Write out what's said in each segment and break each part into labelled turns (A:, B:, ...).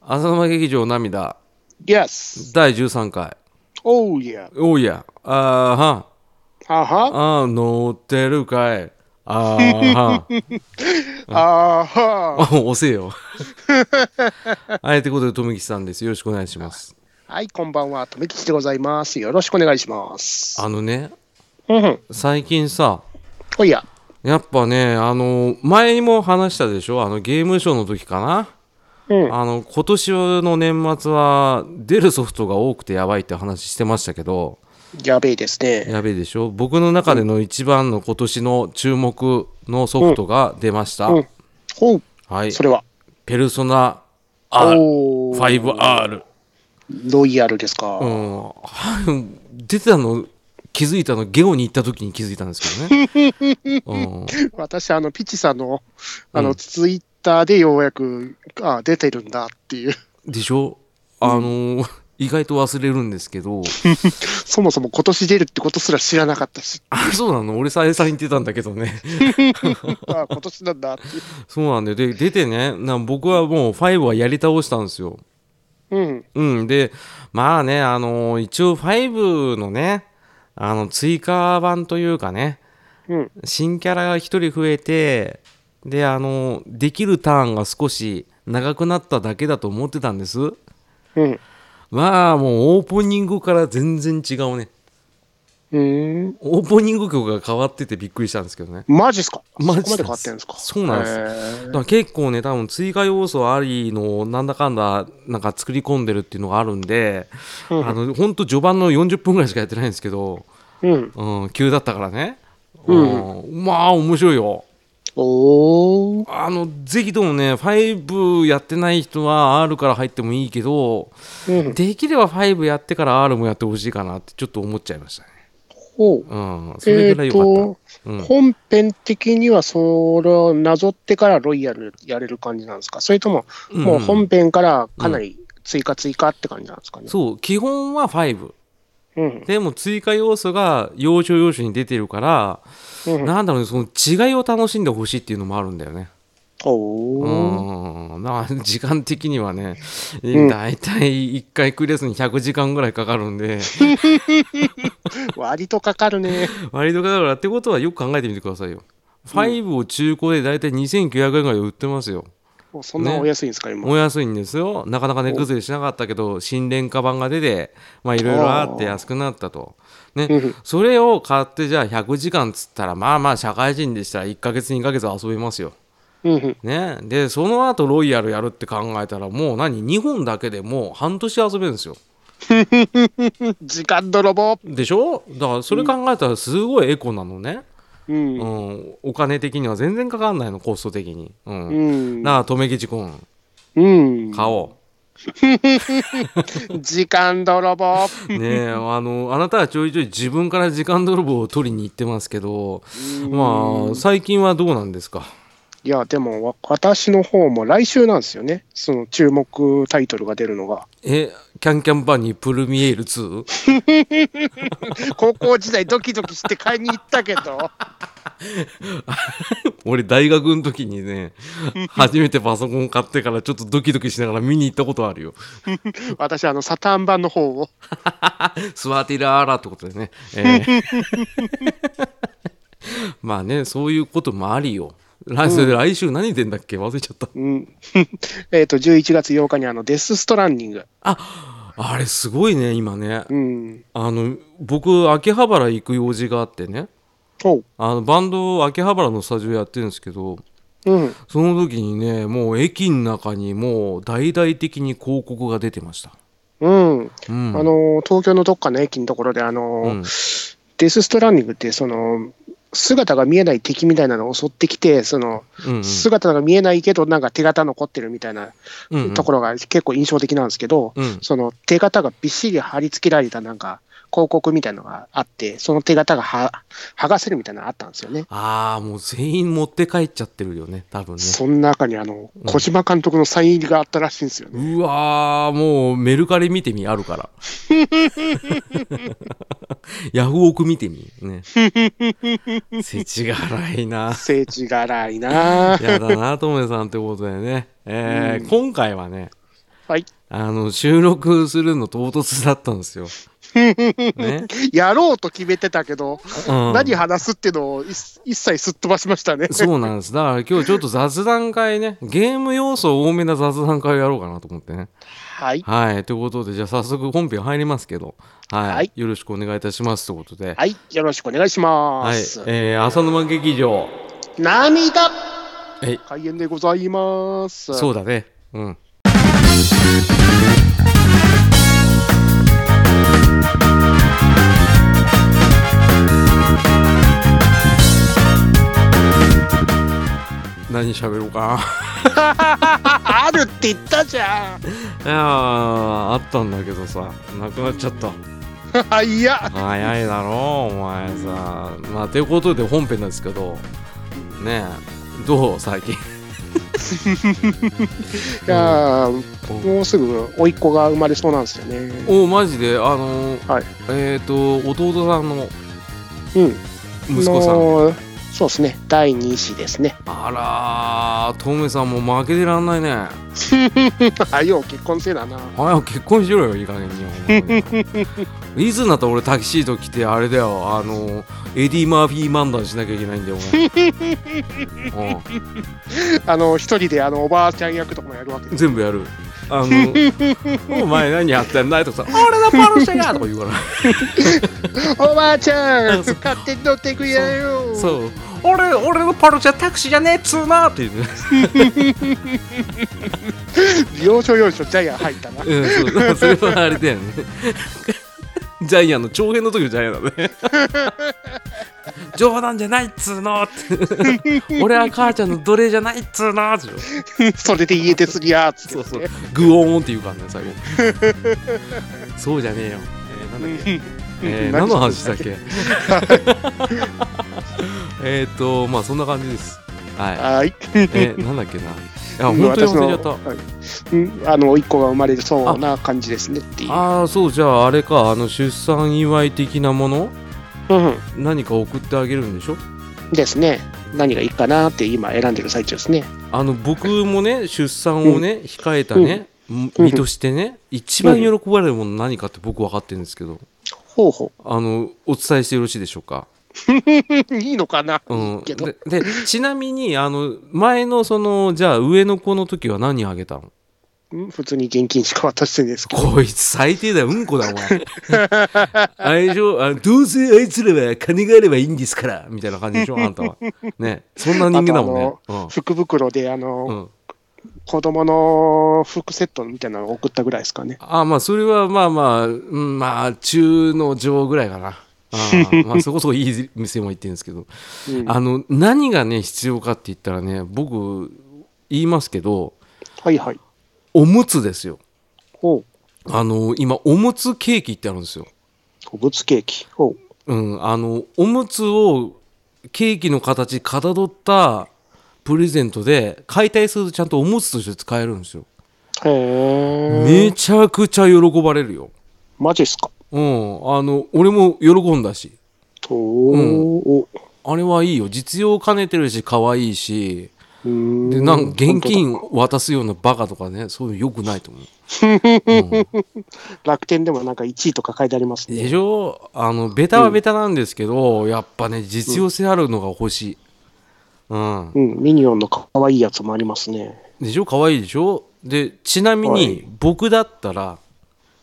A: 浅沼劇場涙
B: Yes.
A: 第13回
B: Oh, yeah.
A: おいやあ
B: Uh
A: ー
B: huh.
A: はんあー乗ってるかいあーは
B: Uh huh.
A: ん 押せよ はいということで富木さんですよろしくお願いします
B: はい、こんばんは。とめきちでございます。よろしくお願いします。
A: あのね
B: うんうん。
A: 最近さ
B: おや。
A: やっぱねあの前にも話したでしょあのゲームショーの時かな
B: うん。
A: あの今年の年末は出るソフトが多くてやばいって話してましたけど
B: やべえですね。
A: やべえでしょ僕の中での一番の今年の注目のソフトが出ました、
B: うん。ほう。
A: はい
B: それは。
A: 「ペルソナ
B: おー。
A: 5R」
B: ロイヤルですか。
A: うん はい出てたの気づいたのゲオに行った時に気づいたんです けどね、うん、
B: 私、あの、ピチさんの、あの、ツイッターでようやく、あ、出てるんだっていう。
A: でしょあのー意外と忘れるんですけ ど
B: そもそも今年出るってことすら知らなかったし、
A: あそうなの俺再三言ってたんだけどね
B: あ、今年なんだっていう。
A: そうなんだよで出てねなん僕はもう5はやり倒したんですよ
B: うん。
A: うん、で、まあね、あの一応5のね、あの、追加版というかね、
B: うん。
A: 新キャラが一人増えて、で、あのできるターンが少し長くなっただけだと思ってたんです。
B: うん。
A: まあ、もうオープニングから全然違うね。
B: うーん。
A: オープニング曲が変わっててびっくりしたんですけどね。
B: マジっすか
A: マジっす
B: そこまで変わってんですか
A: そうなんです
B: す
A: だから結構ね、多分追加要素ありの、なんだかんだ、なんか作り込んでるっていうのがあるんで、あの、ほんと序盤の40分ぐらいしかやってないんですけど、
B: うん。
A: うん、急だったからね、うんまあ面白いよ
B: おー。
A: あのぜひともね5やってない人は R から入ってもいいけど、
B: うん
A: できれば5やってから R もやってほしいかなってちょっと思っちゃいましたね
B: ほう。
A: うんそ
B: え
A: れ
B: っ、
A: ぐらい良かった、
B: と、
A: うん
B: 本編的にはそれをなぞってからロイヤルやれる感じなんですかそれとも、
A: ん
B: もう本編からかなり追加追加って感じなんですかね、
A: そう基本は5
B: うん、
A: でも追加要素が要所要所に出てるから、
B: うん
A: なんだろうねその違いを楽しんでほしいっていうのもあるんだよね
B: おー
A: うん、まあ時間的にはね、
B: うん
A: 大体1回クリアするのに100時間ぐらいかかるんで、
B: 割とかかるね。
A: 割とかかるからってことはよく考えてみてくださいよ。5を中古で大体2900円ぐらいで売ってますよ。
B: もうそんなお安いんですか、今。
A: お安いんですよ。なかなか値崩れしなかったけど、新廉価版が出て、まあいろいろあって安くなったと。ね
B: うん、
A: それを買ってじゃあ100時間つったら、まあまあ社会人でしたら1ヶ月2ヶ月遊べますよ。
B: うんうん、
A: ね、でその後ロイヤルやるって考えたらもう何2本だけでもう半年遊べるんですよ
B: 時間泥棒、
A: でしょだからそれ考えたらすごいエコなのね、
B: う
A: うんんお金的には全然かかんないのコスト的に、うん
B: うん
A: なあ留吉君
B: うん、
A: 買お
B: 時間泥棒、
A: う ねえあのあなたはちょいちょい自分から時間泥棒を取りに行ってますけどまあ最近はどうなんですか
B: いや、でもわ私の方も来週なんですよね、その注目タイトルが出るのが。
A: えキャンキャンバニープルミエール 2?
B: 高校時代ドキドキして買いに行ったけど
A: 俺大学の時にね初めてパソコン買ってからちょっとドキドキしながら見に行ったことあるよ
B: 私あのサターン版の方を
A: スワティラーラってことでね、えー まあねそういうこともありよ来,、それで来週何出んだっけ忘れちゃった
B: うん えっと11月8日にあのデス・ストランディング、
A: ああれすごいね今ね
B: うん、
A: あの僕秋葉原行く用事があってね
B: おう、
A: あのバンド秋葉原のスタジオやってるんですけど
B: うん、
A: その時にねもう駅の中にもう大々的に広告が出てました
B: うん、
A: うん
B: あのー東京のどっかの駅のところであのー、
A: うん
B: デス・ストランディングってその姿が見えない敵みたいなのを襲ってきてその
A: うんうん
B: 姿が見えないけどなんか手形残ってるみたいな
A: うんうん
B: ところが結構印象的なんですけど、
A: うん
B: その手形がびっしり貼り付けられたなんか広告みたいのがあって、その手形がは剥がせるみたいなのあったんですよね。
A: ああもう全員持って帰っちゃってるよね多分ね
B: その中にあの小島監督のサイン入りがあったらしいんですよね。
A: うわーもうメルカリ見てみあるから ヤフオク見てみ ね世知がいな
B: 政治がらいなぁ
A: やだなトメさんってことでね、えー今回はね
B: はい。
A: あの収録するの唐突だったんですよ。ね、
B: やろうと決めてたけど、
A: うん
B: 何話すっていうのを一一切すっ飛ばしましたね。
A: そうなんです。だから今日ちょっと雑談会ね、ゲーム要素多めな雑談会をやろうかなと思ってね。
B: はい。
A: はい。ということで、じゃあ早速本編入りますけど、はい。
B: はい
A: よろしくお願いいたしますということで、
B: はい。よろしくお願いしま
A: はい。
B: す。
A: えー浅沼劇場。は
B: 涙
A: い
B: 開演でございます。
A: そうだね。うん。何喋ろうかな。
B: あるって言ったじゃん。
A: いやーあったんだけどさなくなっちゃった
B: あいや、
A: 早いだろお前さまあということで本編なんですけどねえどう最近
B: いやーもうすぐ甥っ子が生まれそうなんですよね。
A: おおマジであのー
B: はい
A: えっ、と弟さんの
B: うん。
A: 息子さん
B: ん。そうですね。第2子ですね。
A: あらートメさんも負けてらんないね
B: あよう結婚せなな。
A: 早く結婚しろよいい加減にお前いつになったら俺タキシード着てあれだよあのエディ・マーフィー漫談しなきゃいけないんだよお前、うん
B: あの、一人であのおばあちゃん役とかもやるわ けです。
A: 全部やる。あのお前何やってんだいとかさ、俺のパロシャがとか言うから、
B: おばあちゃん
A: そう
B: 勝手に乗ってくれよ
A: そう、俺俺のパロシャタクシーじゃねえっつうなっていうね。
B: 要所要所ジャイアン入ったな。
A: うん、そう、 それはあれだよね。ジャイアンの長編の時のジャイアンだね。 冗談じゃないっつうのって。 俺は母ちゃんの奴隷じゃないっつうのって。
B: それで家出すぎやーっつって、
A: そ
B: ね。
A: うそう、グオーンっていう感じね、最後。 そうじゃねえよ。えーなんだっけ えー、何の話だっけ えっとまあそんな感じですは
B: はい。
A: いえー、なんだっけないや 本当に忘れちゃっ
B: 私のはいうんあの、甥っ子が生まれそうな感じですねっていう
A: た。ああそうじゃああれかあの出産祝い的なもの
B: うん。
A: 何か送ってあげるんでしょ
B: ですね。何がいいかなって今選んでる最中ですね。
A: あの僕もね出産をね控えたね、身としてね一番喜ばれるもの何かって僕分かってるんですけど
B: ほうほ
A: あのお伝えしてよろしいでしょうか
B: う。いいのかな、
A: うん、
B: けど
A: ででちなみにあの前のそのじゃあ上の子の時は何あげたの
B: うん普通に現金しか渡してないですけど。
A: こいつ最低だよ、うんこだ、お前。あれでしょあどうせあいつらは金があればいいんですから、みたいな感じでしょ、あんたは。ね、そんな人間だもんね。
B: あ福袋で、あの、
A: うん。うん、
B: 子供の服セットみたいなのを送ったぐらいですかね。
A: あまあ、それはまあまあ、うん、まあ、中の上ぐらいかな。あーまあ、そこそこいい店も行ってるんですけど、
B: うん
A: あの、何がね、必要かって言ったらね、僕、言いますけど、
B: はいはい。
A: おむつですよ。
B: ほ
A: あの、今、おむつケーキってあるんですよ。
B: う。おぶつケーキ。ほう。
A: うん、あのおむつをケーキの形かたどったプレゼントで解体するとちゃんとおむつとして使えるんですよ
B: へえ。
A: めちゃくちゃ喜ばれるよ、
B: マジっすか。
A: うん、あの俺も喜んだし
B: とお
A: あれはいいよ実用兼ねてるし可愛いし
B: うーん
A: でなんか現金渡すようなバカとかねそういうのよくないと思う
B: 楽天でもなんか1位とか書いてあります
A: で
B: ね。
A: しょあのベタはベタなんですけど、やっぱね実用性あるのが欲しい、うん、
B: うん、ミニオンの可愛いやつもありますね。
A: でしょ可愛いでしょでちなみ
B: は
A: に
B: い
A: 僕だったら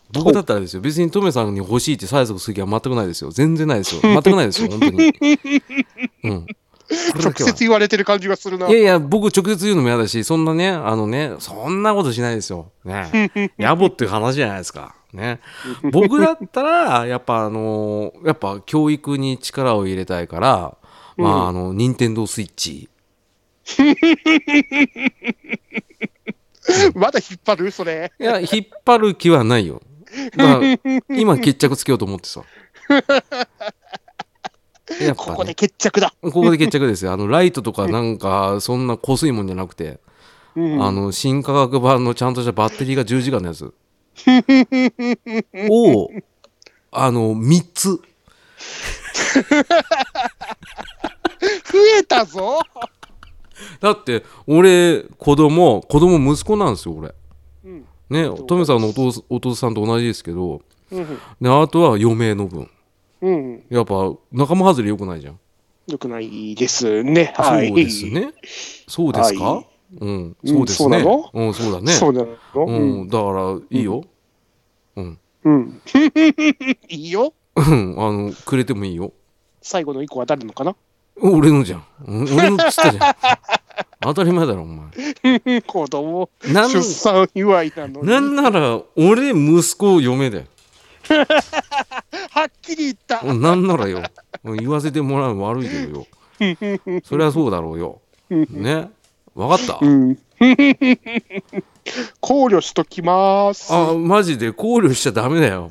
A: 僕だったらですよ別にトメさんに欲しいって催促する気は全くないですよ全然ないですよ全くないですよ本当 にうんこれだけは
B: 言われてる感じがするない
A: やいや僕直接言うのも嫌だしそんなねあのねそんなことしないですよ ね野暮っていう話じゃないですかね僕だったらやっぱあのやっぱ教育に力を入れたいからまああの任天堂スイッチ
B: まだ引っ張るそれ。
A: いや、引っ張る気はないよ。だから今、決着つけようと思 ってさ。やっぱね、
B: ここで決着だ。
A: ここで決着ですよ。あの、ライトとかなんか、そんな濃いもんじゃなくて、
B: うん
A: あの、新化学版のちゃんとしたバッテリーが10時間のや つを、あの、3つ。
B: 増えたぞ。
A: だって、俺、子供、子供、息子なんですよ、俺。
B: うん
A: ね、トムさんのお父お父さんと同じですけど、
B: うん
A: であとは余命の分。
B: うん、うん、
A: やっぱ仲間外れ良くないじゃん。
B: よくないですね。はい。
A: そうですね。そうですか、
B: はい
A: うん、そうですね。
B: そうなの
A: うん、そうだね。
B: そうなの、
A: う
B: う、
A: んん、だからいいよ。うん、
B: うん。 いいよ。
A: うん、 あのくれてもいいよ。
B: 最後の一個は誰のかな
A: 俺のじゃん。うん俺のっつったじゃん。当たり前だろ、お前。
B: 子供、
A: なん
B: 出産祝いなのに。
A: なんなら、俺、息子、嫁だよ。
B: はっきり言った。
A: うんなんならよ。うん言わせてもらうの悪いけどよ。そりゃそうだろうよ。ね。わかった
B: う。ん。考慮しときます。
A: あ、マジで考慮しちゃダメだよ。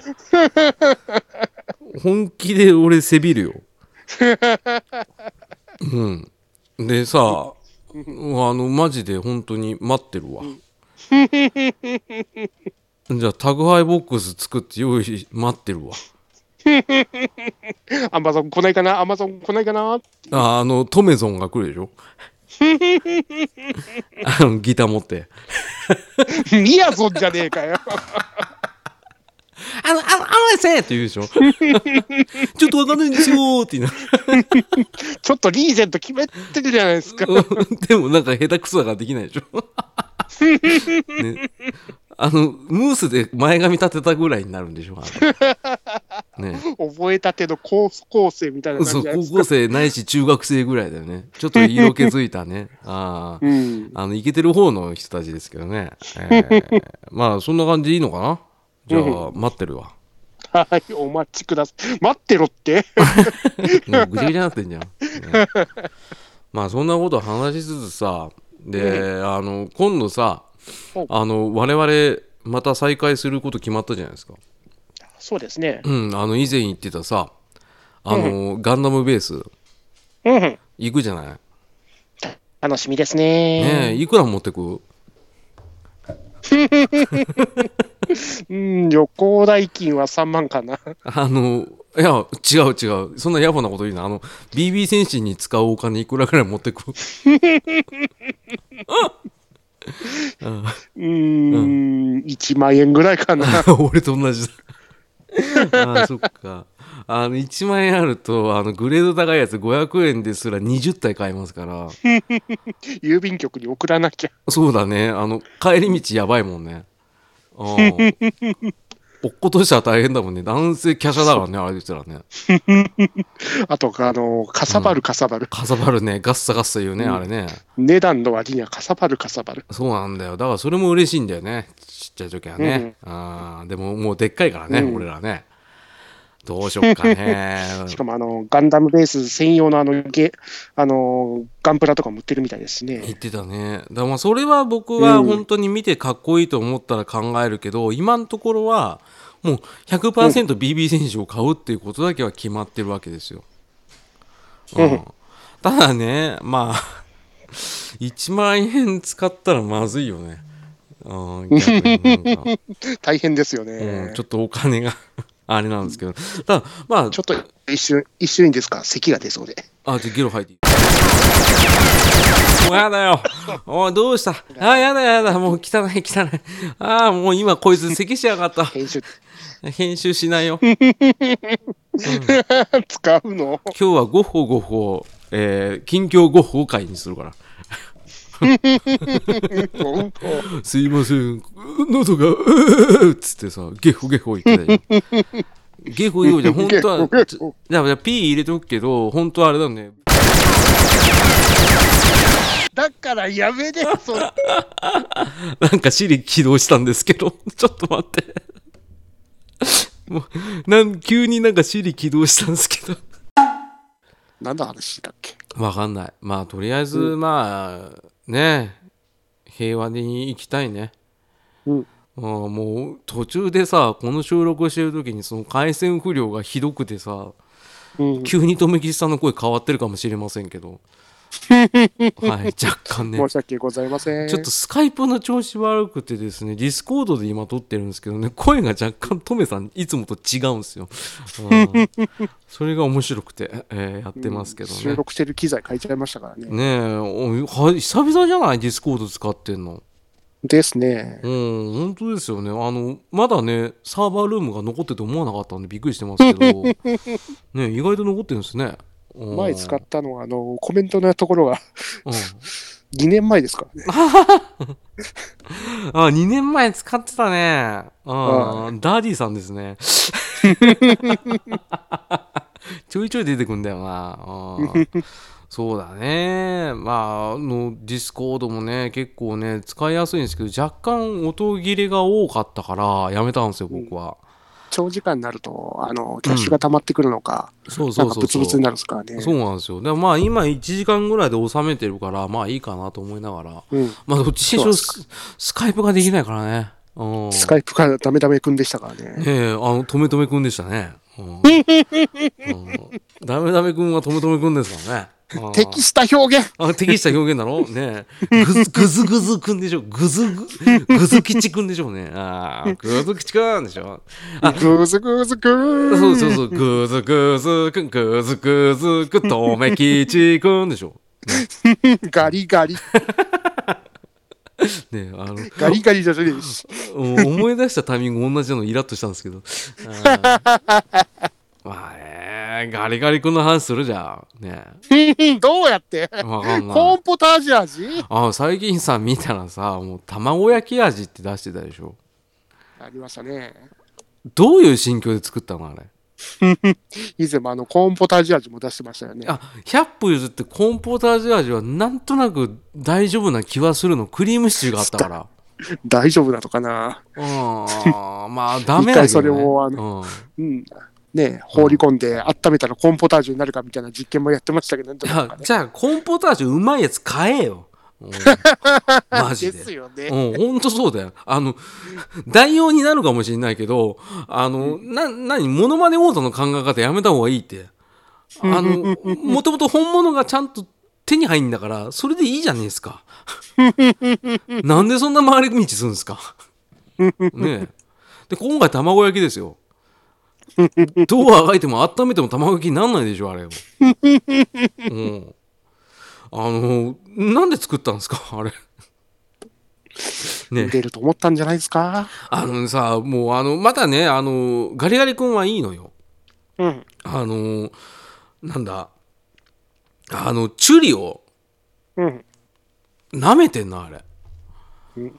A: 本気で俺、せびるよ。うん。でさ、あの、マジで本当に待ってるわ。じゃあ、宅配ボックス作って用意し、待ってるわ。
B: アマゾン来ないかなアマゾン来ないかな
A: ああの、トメゾンが来るでしょあの、ギター持って。
B: ミヤゾンじゃねえかよ。
A: あの、あの、あのですねって言うでしょ ちょっとわかんないんですよーって言いな
B: ちょっとリーゼント決めてるじゃないですか。
A: うんでもなんか下手くそだからできないでしょ、ね、あの、ムースで前髪立てたぐらいになるんでしょあ のね。
B: 覚えたての高校生みたいな
A: そう、
B: 感じじゃないで
A: 高
B: すか。
A: 校生ないし中学生ぐらいだよね。ちょっと色気づいたね。ああ。
B: うん。
A: あの、イケてる方の人たちですけどね。え ーまあ、そんな感じでいいのかなじゃあ、待ってるわ。
B: はい、お待ちください。待ってろって。
A: もうぐちゃぐちゃになってんじゃん。ねまあそんなこと話しつつさで、あの今度さ
B: はい
A: あの我々また再会すること決まったじゃないですか。
B: そうですね。
A: うん、あの以前言ってたさあの、ガンダムベース
B: うん。
A: 行くじゃない
B: 楽しみですね。
A: ねえいくら持ってく
B: うん、旅行代金は3万かな。
A: あのいや違う違うそんな野暮なこと言うなあの BB 戦士に使うお金いくらぐらい持ってく
B: うーん、1万円ぐらい かな。
A: 俺と同じだあーそっかあの1万円あるとあのグレード高いやつ500円ですら20体買えますから
B: 郵便局に送らなきゃ。
A: そうだねあの帰り道やばいもんねあー落っことしたら大変だもんね男性華奢だからねあれでしたらね
B: あと、あの、かさばるかさばる。
A: かさばるねガッサガッサ言うね、あれね
B: 値段の割にはかさばるかさばる。
A: そうなんだよだからそれも嬉しいんだよねちっちゃい時はね、あーでももうでっかいからね、
B: うん
A: 俺らねどうしよっかね
B: しかもあの、ガンダムベース専用のあのゲあのガンプラとかも売ってるみたいです
A: 言
B: ね。
A: ってたね。だからまあそれは僕は本当に見てかっこいいと思ったら考えるけど、今のところはもう 100%BB 選手を買うっていうことだけは決まってるわけですよ。うん
B: うん
A: ただね、まあ、1万円使ったらまずいよね。うん、逆になんか、
B: 大変ですよ
A: うん
B: ね。
A: ちょっとお金が あれなんですけど。ただ、まあ、
B: ちょっと一瞬、一瞬いいですか咳が出そうで。
A: あ、じゃあゲロ吐いていいもうやだよ。おい、どうしたあ、やだやだ。もう汚い汚い。ああ、もう今こいつ咳しやがった。
B: 編集、
A: 編集しないよ。今
B: 使うの
A: 日はゴッホゴッホ、えー、近況ゴッホ会にするから。
B: うん
A: すいません。喉が、うっつってさ、ゲホゲホ言ってたよ。ゲホゲホじゃん、本当は、
B: ゲホゲホ
A: ちょだから P 入れとくけど、本当はあれだね。
B: だからやめで、そ れ。
A: なんか Siri 起動したんですけど、 ちょっと待って。 もう、なん、急になんか Siri 起動したんですけど。
B: 何の話だっけ
A: わかんない。まあ、とりあえず、まあ、ねえ、平和に行きたいね。
B: うん。
A: あーもう、途中でさ、この収録をしてる時に、その回線不良がひどくてさ、
B: うん、
A: 急に留吉さんの声変わってるかもしれませんけ ど。はい、若干ね。
B: 申し訳ございません。
A: ちょっとスカイプの調子悪くてですね、ディスコードで今撮ってるんですけどね、声が若干トメさん、いつもと違うんですよ。うんそれが面白くて、えーやってますけど
B: 収
A: ね。
B: 録してる機材変えちゃいましたからね。
A: ねえおは久々じゃないディスコード使ってんの。
B: ですね。
A: うん、本当ですよね。あの、まだね、サーバールームが残ってて思わなかったんでびっくりしてますけ ど、ね、意外と残ってるんですね。うん
B: 前使ったのは、あの、コメントのところが
A: うん
B: 2年前ですからね。
A: あ、2年前使ってたね。あ
B: は
A: ーダーディさんです ね。ちょいちょい出てくんだよな。うんそうだね。まあ、あの、ディスコードもね、結構ね、使いやすいんですけど、若干音切れが多かったから、やめたんですよ、僕は。
B: 長時間になると、あの、キャッシュが溜まってくるのか、
A: そう
B: な
A: そ
B: ん
A: う
B: か
A: そ
B: ブ
A: う
B: ツ
A: そう。
B: ブツになるんですからね。
A: そうなんですよ。でもまあ、今1時間ぐらいで収めてるから、まあいいかなと思いながら。
B: うん。
A: まあ、どっちにしろ
B: そ
A: ススカイプができないからね。うん
B: スカイプからダメダメくんでしたからね。
A: ねえ、あの、とめとめくんでしたね。うん。うんダメダメくんはとめとめくんですからね。うん
B: 適した表現
A: あ適した表現だろねえ。ぐず、ぐずぐずくんでしょぐずぐ、ぐずきちくんでしょうね。ああ、ぐずきちくんでしょ
B: グズグズグー
A: そうそうそう、ぐずぐずくん、ぐずぐずくん、とめきちくんでしょ
B: ガリガリ。
A: ねえ、あの、
B: ガリガリじゃねえし。
A: うん思い出したタイミング同じなのイラッとしたんですけど。あーまあね、ガリガリ君の話するじゃん。ね
B: どうやって
A: えわかんない
B: コー。ンポタージュ味
A: あ最近さ見たらさもう卵焼き味って出してたでしょ
B: ありましたね。
A: どういう心境で作ったのあれ
B: 以前もあの、コーンポタージュ味も出してましたよね。
A: あ100歩譲ってコーンポータージュ味はなんとなく大丈夫な気はするのクリームシチューがあったから
B: 大丈夫だとかな。
A: うんま あダメだけど、ね、
B: 一回それをあの
A: うん
B: うん。ね放り込んで温めたらコーンポタージュになるかみたいな実験もやってましたけどね。
A: い
B: どこか
A: や
B: ね
A: じゃあコーンポータージュうまいやつ買えよ、うんマジ
B: です
A: で
B: よね。
A: うん、ほんとそうだよ。あの、代用になるかもしれないけど、あの、な、なに、モノマネ王座の考え方やめた方がいいって。あの、もともと本物がちゃんと手に入んだから、それでいいじゃねえですか。なんでそんな回り道するんですか。ねえ。で、今回卵焼きですよ。 どうあがいても温めても卵焼きになんないでしょ、あれを。 うん。あの、なんで作ったんですか、あれ。ねえ
B: 出ると思ったんじゃないですか。
A: あのさ、もうあの、またね、あの、ガリガリ君はいいのよ。
B: うん。
A: あの、なんだ、あの、チュリを
B: うん。
A: 舐めてんの、あれ。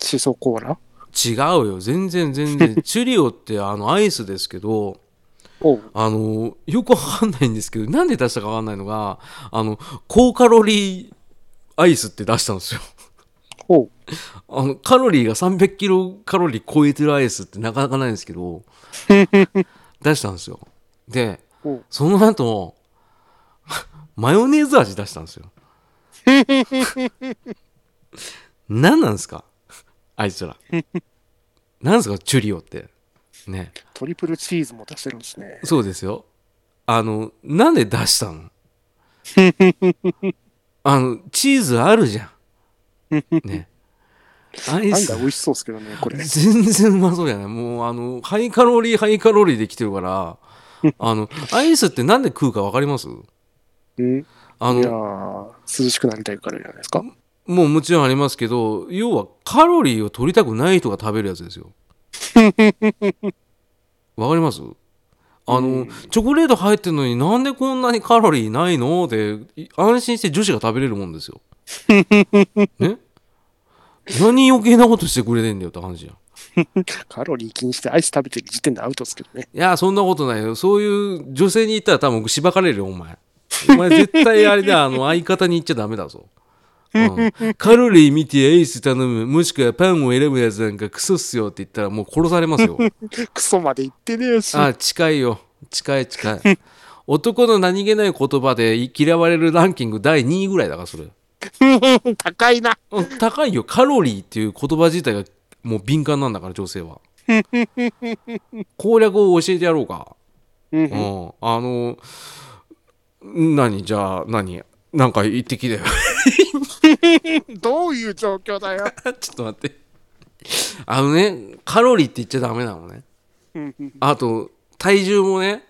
B: シソコーラ
A: 違うよ、全然全 然。チュリオってあの、アイスですけど、
B: おう。
A: あの、よくわかんないんですけど、なんで出したかわかんないのが、あの、高カロリーアイスって出したんですよ。
B: おう。
A: あの、カロリーが300キロカロリー超えてるアイスってなかなかないんですけど、出したんですよ。で、
B: おう。
A: その後、 マヨネーズ味出したんですよ。何なんですかあいつら。何ですかチュリオって。ね。
B: トリプルチーズも出せるんです ね。
A: そうですよ。あの、なんで出した のあの、チーズあるじゃん。ね。アイ
B: なん
A: ス
B: だ、美味しそうですけどね、これ。
A: 全然うまそうじゃないもうあのハイカロリーハイカロリーで来てるからあのアイスってなんで食うか分かります
B: うん。
A: あ
B: いや
A: の
B: ー涼しくなりたいからじゃないですか。
A: もうもちろんありますけど要はカロリーを取りたくない人が食べるやつですよわかりますあの、チョコレート入ってるのになんでこんなにカロリーないので安心して女子が食べれるもんですよね何余計なことしてくれてんだよって話じゃん
B: カロリー気にしてアイス食べてる時点でアウトですけどね。
A: いや、そんなことないよ。そういう女性に言ったら多分しばかれるよ、お前。お前絶対あれだ、あの、相方に言っちゃダメだぞ。うん、カロリー見てアイス頼む、もしくはパンを選ぶやつなんかクソっすよって言ったらもう殺されますよ。
B: クソまで言ってねえし。
A: あ、近いよ。近い近い。男の何気ない言葉で嫌われるランキング第2位ぐらいだから、それ。
B: 高いな。
A: うん高いよ。カロリーっていう言葉自体がもう敏感なんだから、女性 は。攻略を教えてやろうか。
B: う
A: う
B: ん
A: ん、あの何じゃあ何なんか言ってきだよ
B: どういう状況だよ。
A: ちょっと待ってあのねカロリーって言っちゃダメなのね
B: うん
A: あと体重もね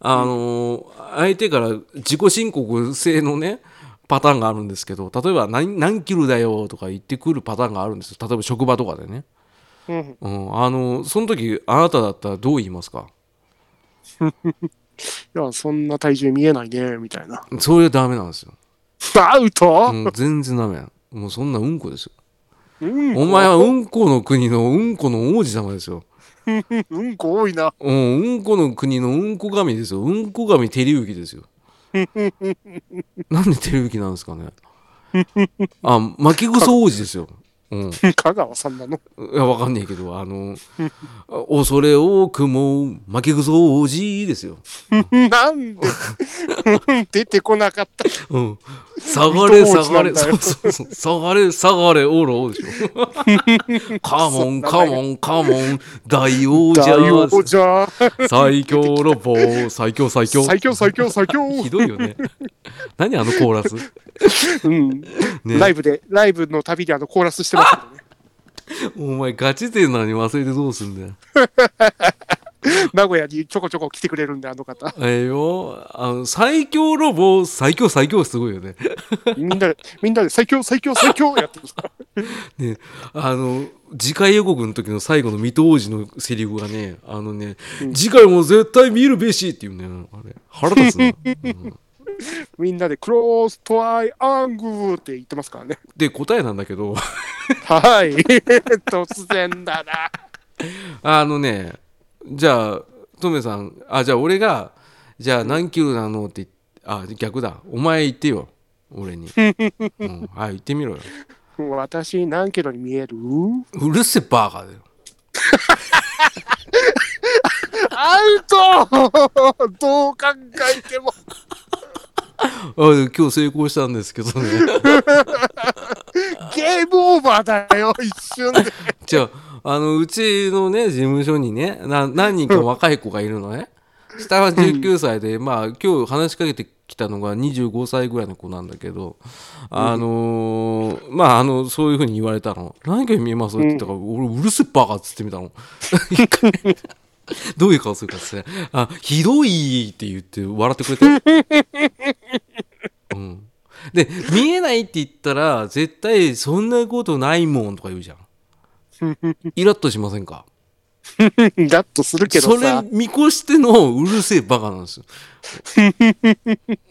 A: あの、相手から自己申告制のねパターンがあるんですけど例えば何何キロだよとか言ってくるパターンがあるんですよ例えば職場とかでね、
B: うん。
A: うん、あのその時あなただったらどう言いますか
B: いや、そんな体重見えないね、みたいな。
A: それはダメなんですよ、
B: アウト、
A: うん、全然ダメもうそんなうんこですよ
B: うん、
A: お前はうんこの国のうんこの王子様ですよ
B: うんこ多いな。
A: うん、うんこの国のうんこ神ですよ。うんこ神照之ですよ。なんで照之なんですか ね。あ、巻きぐそ王子ですよ。うん。い
B: 香川さんなの。
A: や、わかんないけど、あの、恐れ多くも巻きぐそ王子ですよ。
B: なんで 出てこなかった。
A: うん。下がれ、
B: 水戸
A: 下
B: 王子
A: がれ、
B: なんだ
A: そう
B: よ
A: そうそう。下がれ、下がれ、オーローでしょ。 カモン、カモン、カモン、大王
B: じゃ
A: 者、
B: じゃあ、
A: 最強ロボ、最強、最強。
B: 最強最強最強。
A: ひどいよね。何あのコーラス。
B: うん。
A: ね
B: ライブで、ライブの旅であのコーラスしてますけどね。
A: お前ガチ勢なのに忘れてどうすんだよ。
B: 名古屋にちょこちょこ来てくれるんで、あの 方。
A: ええよ。あの、最強ロボ、最強最強すごいよね。
B: みんなで、みんなで最強最強最強やってる。
A: ね、あの、次回予告の時の最後の水戸王子のセリフがね、あのね、次回も絶対見るべしっていうね、あれ、腹立つな。うん
B: みんなでクローストアイアングルって言ってますからね。
A: で、答えなんだけど、
B: はい。 突然だな。
A: あのね、じゃあ、トメさん、あ、じゃあ俺が、じゃあ何キロなのって言っ、あ、逆だ。お前言ってよ。俺に。うん、はい、言ってみろよ。
B: 私何キロに見える
A: うるせえバカだよ。
B: アウトどう考えても。
A: あ今日成功したんですけどね。
B: ゲームオーバーだよ、一瞬で。
A: じゃあ、あの、うちのね、事務所にね、な何人か若い子がいるのね。下は19歳で、まあ、今日話しかけてきたのが25歳ぐらいの子なんだけど、あのーまあ、あの、そういうふうに言われたの。何が見えますって言ったから、俺、うるせえバカっつってみたの。 一回どういう顔するかっつって、あ、ひどいって言って笑ってくれたよ。うん。で、見えないって言ったら、絶対そんなことないもんとか言うじゃん。イラッとしませんか
B: だっとするけ
A: そ
B: ど
A: れ
B: さ。
A: 見越してのうるせえバカなん ですよ。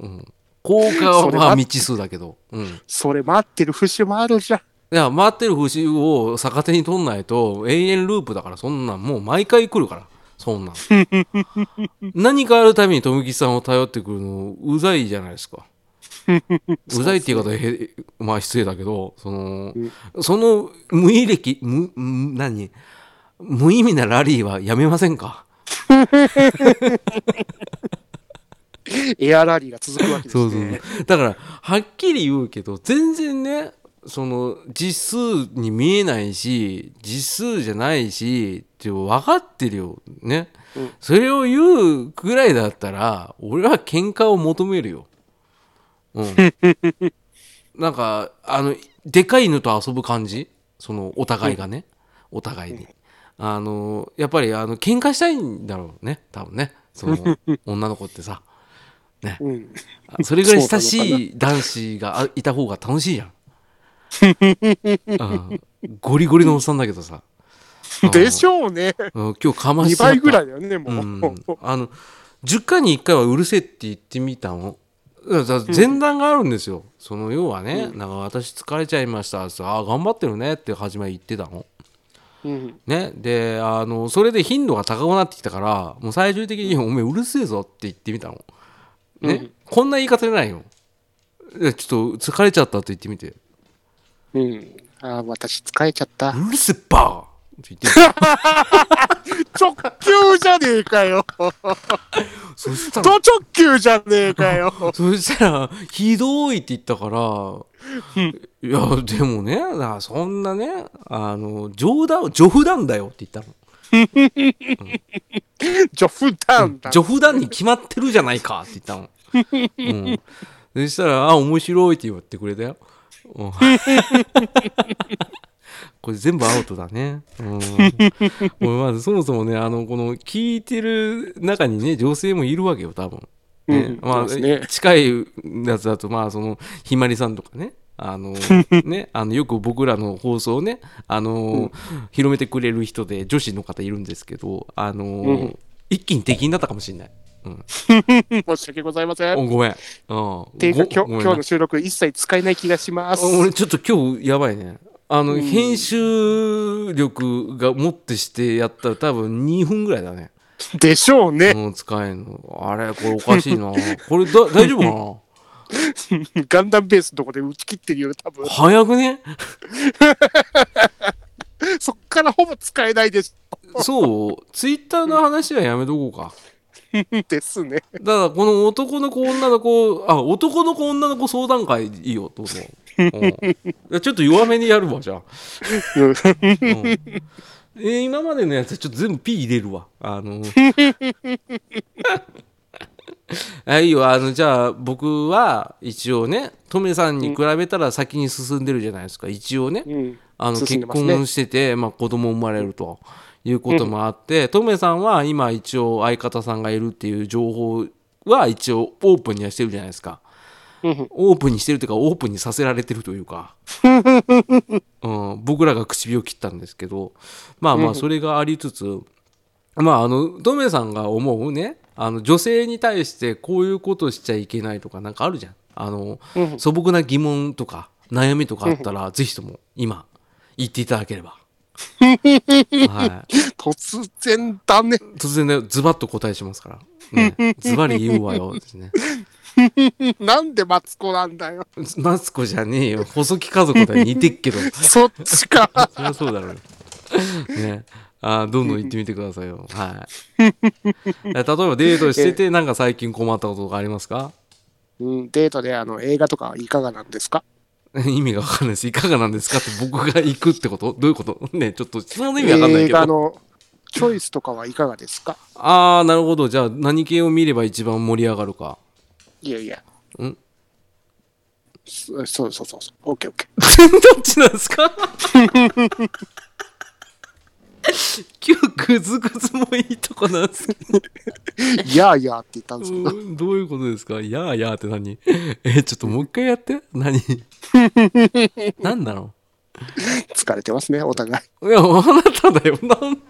A: うん、効果は
B: それ
A: まあ
B: は
A: 未知数だけど。うん、い
B: それ待ってる節もあるじゃん。
A: や待ってる節を逆手に取んないと永遠ループだからそんなんもう毎回来るからそ んなん何かあるたびに富木さんを頼ってくるのうざいじゃないですか。 うざいって言い方へまあ失礼だけどその、その無意歴無ん何無意味なラリーはやめませんか
B: エアラリーが続くわけです
A: そ
B: ね。
A: うそうだからはっきり言うけど全然ねその実数に見えないし実数じゃないしって分かってるよね、
B: うん
A: それを言うぐらいだったら俺は喧嘩を求めるよ、うん、 なんかあのでかい犬と遊ぶ感じそのお互いがね、お互いに、あのやっぱりあの喧嘩したいんだろうね多分ねそ の女の子ってさ
B: うん、
A: あ それぐらい
B: そうな
A: 親
B: のかな
A: しい男子があいた方が楽しいじゃん。うんゴリゴリのおっさんだけどさ。
B: でしょうね。
A: うん今日かまし
B: 2
A: ちゃった
B: 倍ぐらいだよね、も
A: う
B: う。
A: ん、あの10回に1回はうるせえって言ってみたの。だから前段があるんですよ。その要はね、なんか私疲れちゃいましたっつってああ、頑張ってるねって初め言ってたの。
B: うん
A: ね、であのそれで頻度が高くなってきたからもう最終的に「おめえうるせえぞ」って言ってみたの、ね
B: うん
A: こんな言い方じゃないよいやちょっと疲れちゃったって言ってみて「
B: うん、あー私疲れちゃった。
A: うるせえバー!」って言 ってみて
B: 直球じゃねえか よ。
A: そしたら
B: ド直球じゃねえか よ。
A: そしたら「ひどい」って言ったからいやでもねだからそんなねあの冗談冗談だよって言ったの
B: ジョフダウンだ。
A: 冗談に決まってるじゃないかって言ったの。 うん、そしたら「あ面白い」って言ってくれたよ。うんこれ全部アウトだね。 うん、俺まずそもそもねあのこの聞いてる中にね女性もいるわけよ多分。ね
B: うん
A: まあ
B: そうですね
A: 近いやつだと、まあ、そのひまりさんとかねあ のねあのよく僕らの放送をねあの、広めてくれる人で女子の方いるんですけどあの、
B: ん
A: 一気に敵になったかもしれない。うん、
B: 申し訳ございませ
A: お
B: ん。
A: ごめん。うん、
B: ていうか、今
A: ご
B: 日
A: ごめんな
B: 今日の収録一切使えない気がします。
A: 俺ちょっと今日やばいねあの、編集力がもってしてやったら多分2分ぐらいだね
B: でしょうね。
A: もう使えんのあれこれおかしいな これだ大丈夫かな
B: ガンダムベースのとこで打ち切ってるよ、多分。
A: 早くね
B: そっからほぼ使えないです。
A: そうツイッターの話はやめとこうか
B: ですね。
A: だからこの男の子女の子あ男の子女の子相談会いいよどうぞ、 うん、ちょっと弱めにやるわじゃあ
B: うん
A: うんえー今までのやつはちょっと全部 P 入れるわ。あの あいいよあのじゃあ僕は一応ねトメさんに比べたら先に進んでるじゃないですか一応ね
B: うん
A: あの
B: 進
A: 結
B: んでますね
A: 婚してて、まあ、子供生まれるということもあって、トメさんは今一応相方さんがいるっていう情報は一応オープンにはしてるじゃないですか。
B: うん
A: オープンにしてるというかオープンにさせられてるという か、うん、僕らが唇を切ったんですけどまあまあそれがありつつ、まああのトメさんが思うねあの女性に対してこういうことしちゃいけないとかなんかあるじゃんあの、
B: うん
A: 素朴な疑問とか悩みとかあったら、ぜひとも今言っていただければ、はい、
B: 突然だね。
A: 突然ねズバッと答えしますから。ね、ズバリ言うわよですね。
B: なんでマツコなんだよ。
A: マツコじゃねえよ。細木家族とは似てっけど。
B: そっちか。
A: そりゃそうだろうね。ねあーどんどん行ってみてくださいよ。はい。例えばデートしてて、なんか最近困ったこととかありますか
B: うん、デートであの映画とかはいかがなんですか
A: 意味がわかんないです。いかがなんですかって僕が行くってことどういうことねちょっと質問の意味わかんない
B: 映
A: けど。
B: 画
A: あ
B: のチョイスとかはいかがですか
A: あー、なるほど。じゃあ何系を見れば一番盛り上がるか。
B: いやいや。
A: ん
B: そそうそうそうそう。オッケーオッケ ー。
A: どっちなんですか 今日グズグズもいいとこなんですけど
B: いやいやって言ったんですけど。
A: うんど ういうことですかいやーやーって何え、ちょっともう一回やって 何何なの
B: 疲れてますね、お互い。
A: いや、あなただよ。なん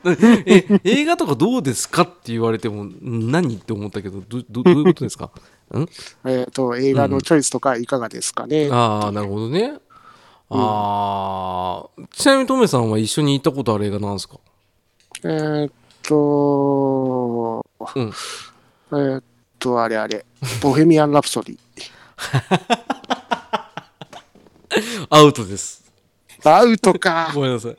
A: え、映画とかどうですかって言われても、ん何って思ったけど、ど、どどういうことですかん
B: えっ、と、映画のチョイスとかいかがですかね、
A: ああ、なるほどね。ああ、ちなみにトメさんは一緒に行ったことある映画なんですか
B: えっ、と、
A: うん。
B: えっ、と、あれあれ、ボヘミアン・ラプソディ。
A: アウトです。
B: アウトか。
A: ごめんなさい。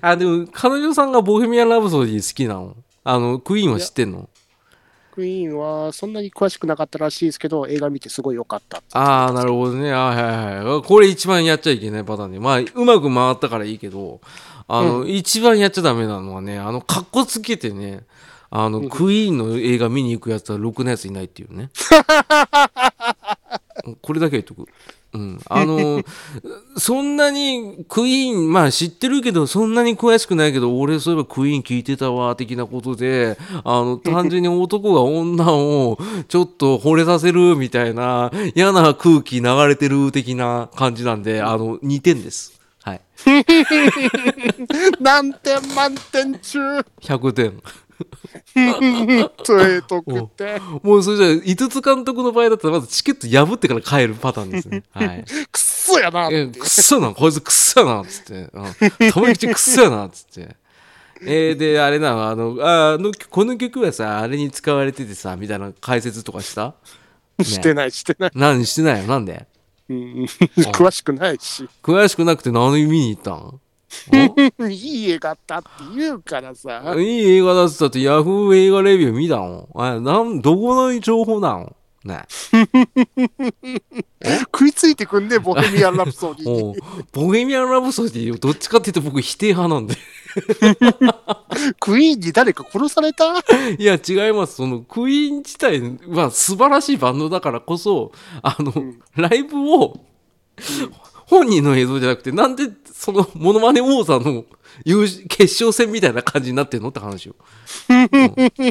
A: あ、でも、彼女さんがボヘミアン・ラブソディ好きなのあの、クイーンは知ってんの
B: クイーンはそんなに詳しくなかったらしいですけど、映画見てすごい良かった。
A: ああ、なるほどね。あーはいはいはい。これ一番やっちゃいけないパターンで。まあ、うまく回ったからいいけど、あの、一番やっちゃダメなのはね、あの、かっこつけてね、あの、クイーンの映画見に行くやつはろくなやついないっていうね。これだけは言っとく。うん。あの、そんなにクイーン、まあ知ってるけど、そんなに詳しくないけど、俺そういえばクイーン聞いてたわ、的なことで、あ の、単純に男が女をちょっと惚れさせるみたいな、嫌な空気流れてる的な感じなんで、あの、2点です。はい。
B: 何点満点中
A: 100点。
B: とえとくって。
A: もうそれじゃあ、井筒監督の場合だったら、まずチケット破ってから帰るパターンですね。 はい。
B: くっそやなって
A: え、。くっそな、こいつくっそやな、つって。うん。たまに口くっそやな、つって。えー、で、あれなの、あの、ああの、この曲はさ、あれに使われててさ、みたいな解説とかした
B: してない、してない。
A: 何してないよ、なんで
B: うん 詳しくないし。
A: 悔しくなくて何見に行ったん
B: いい映画だって言うからさ。
A: いい映画だっつったって、ヤフー映画レビュー見たのあなん、どこの情報なのね。
B: 食いついてくんね、ボヘミアン・ラプソデ ィ
A: もう、ボヘミアン・ラブソディをどっちかって言うと僕否定派なんで。
B: クイーンに誰か殺された
A: いや違いますそのクイーン自体は素晴らしいバンドだからこそあの、ライブを、本人の映像じゃなくて、なんでそのモノマネ王座の優勝決勝戦みたいな感じになってんのって話を。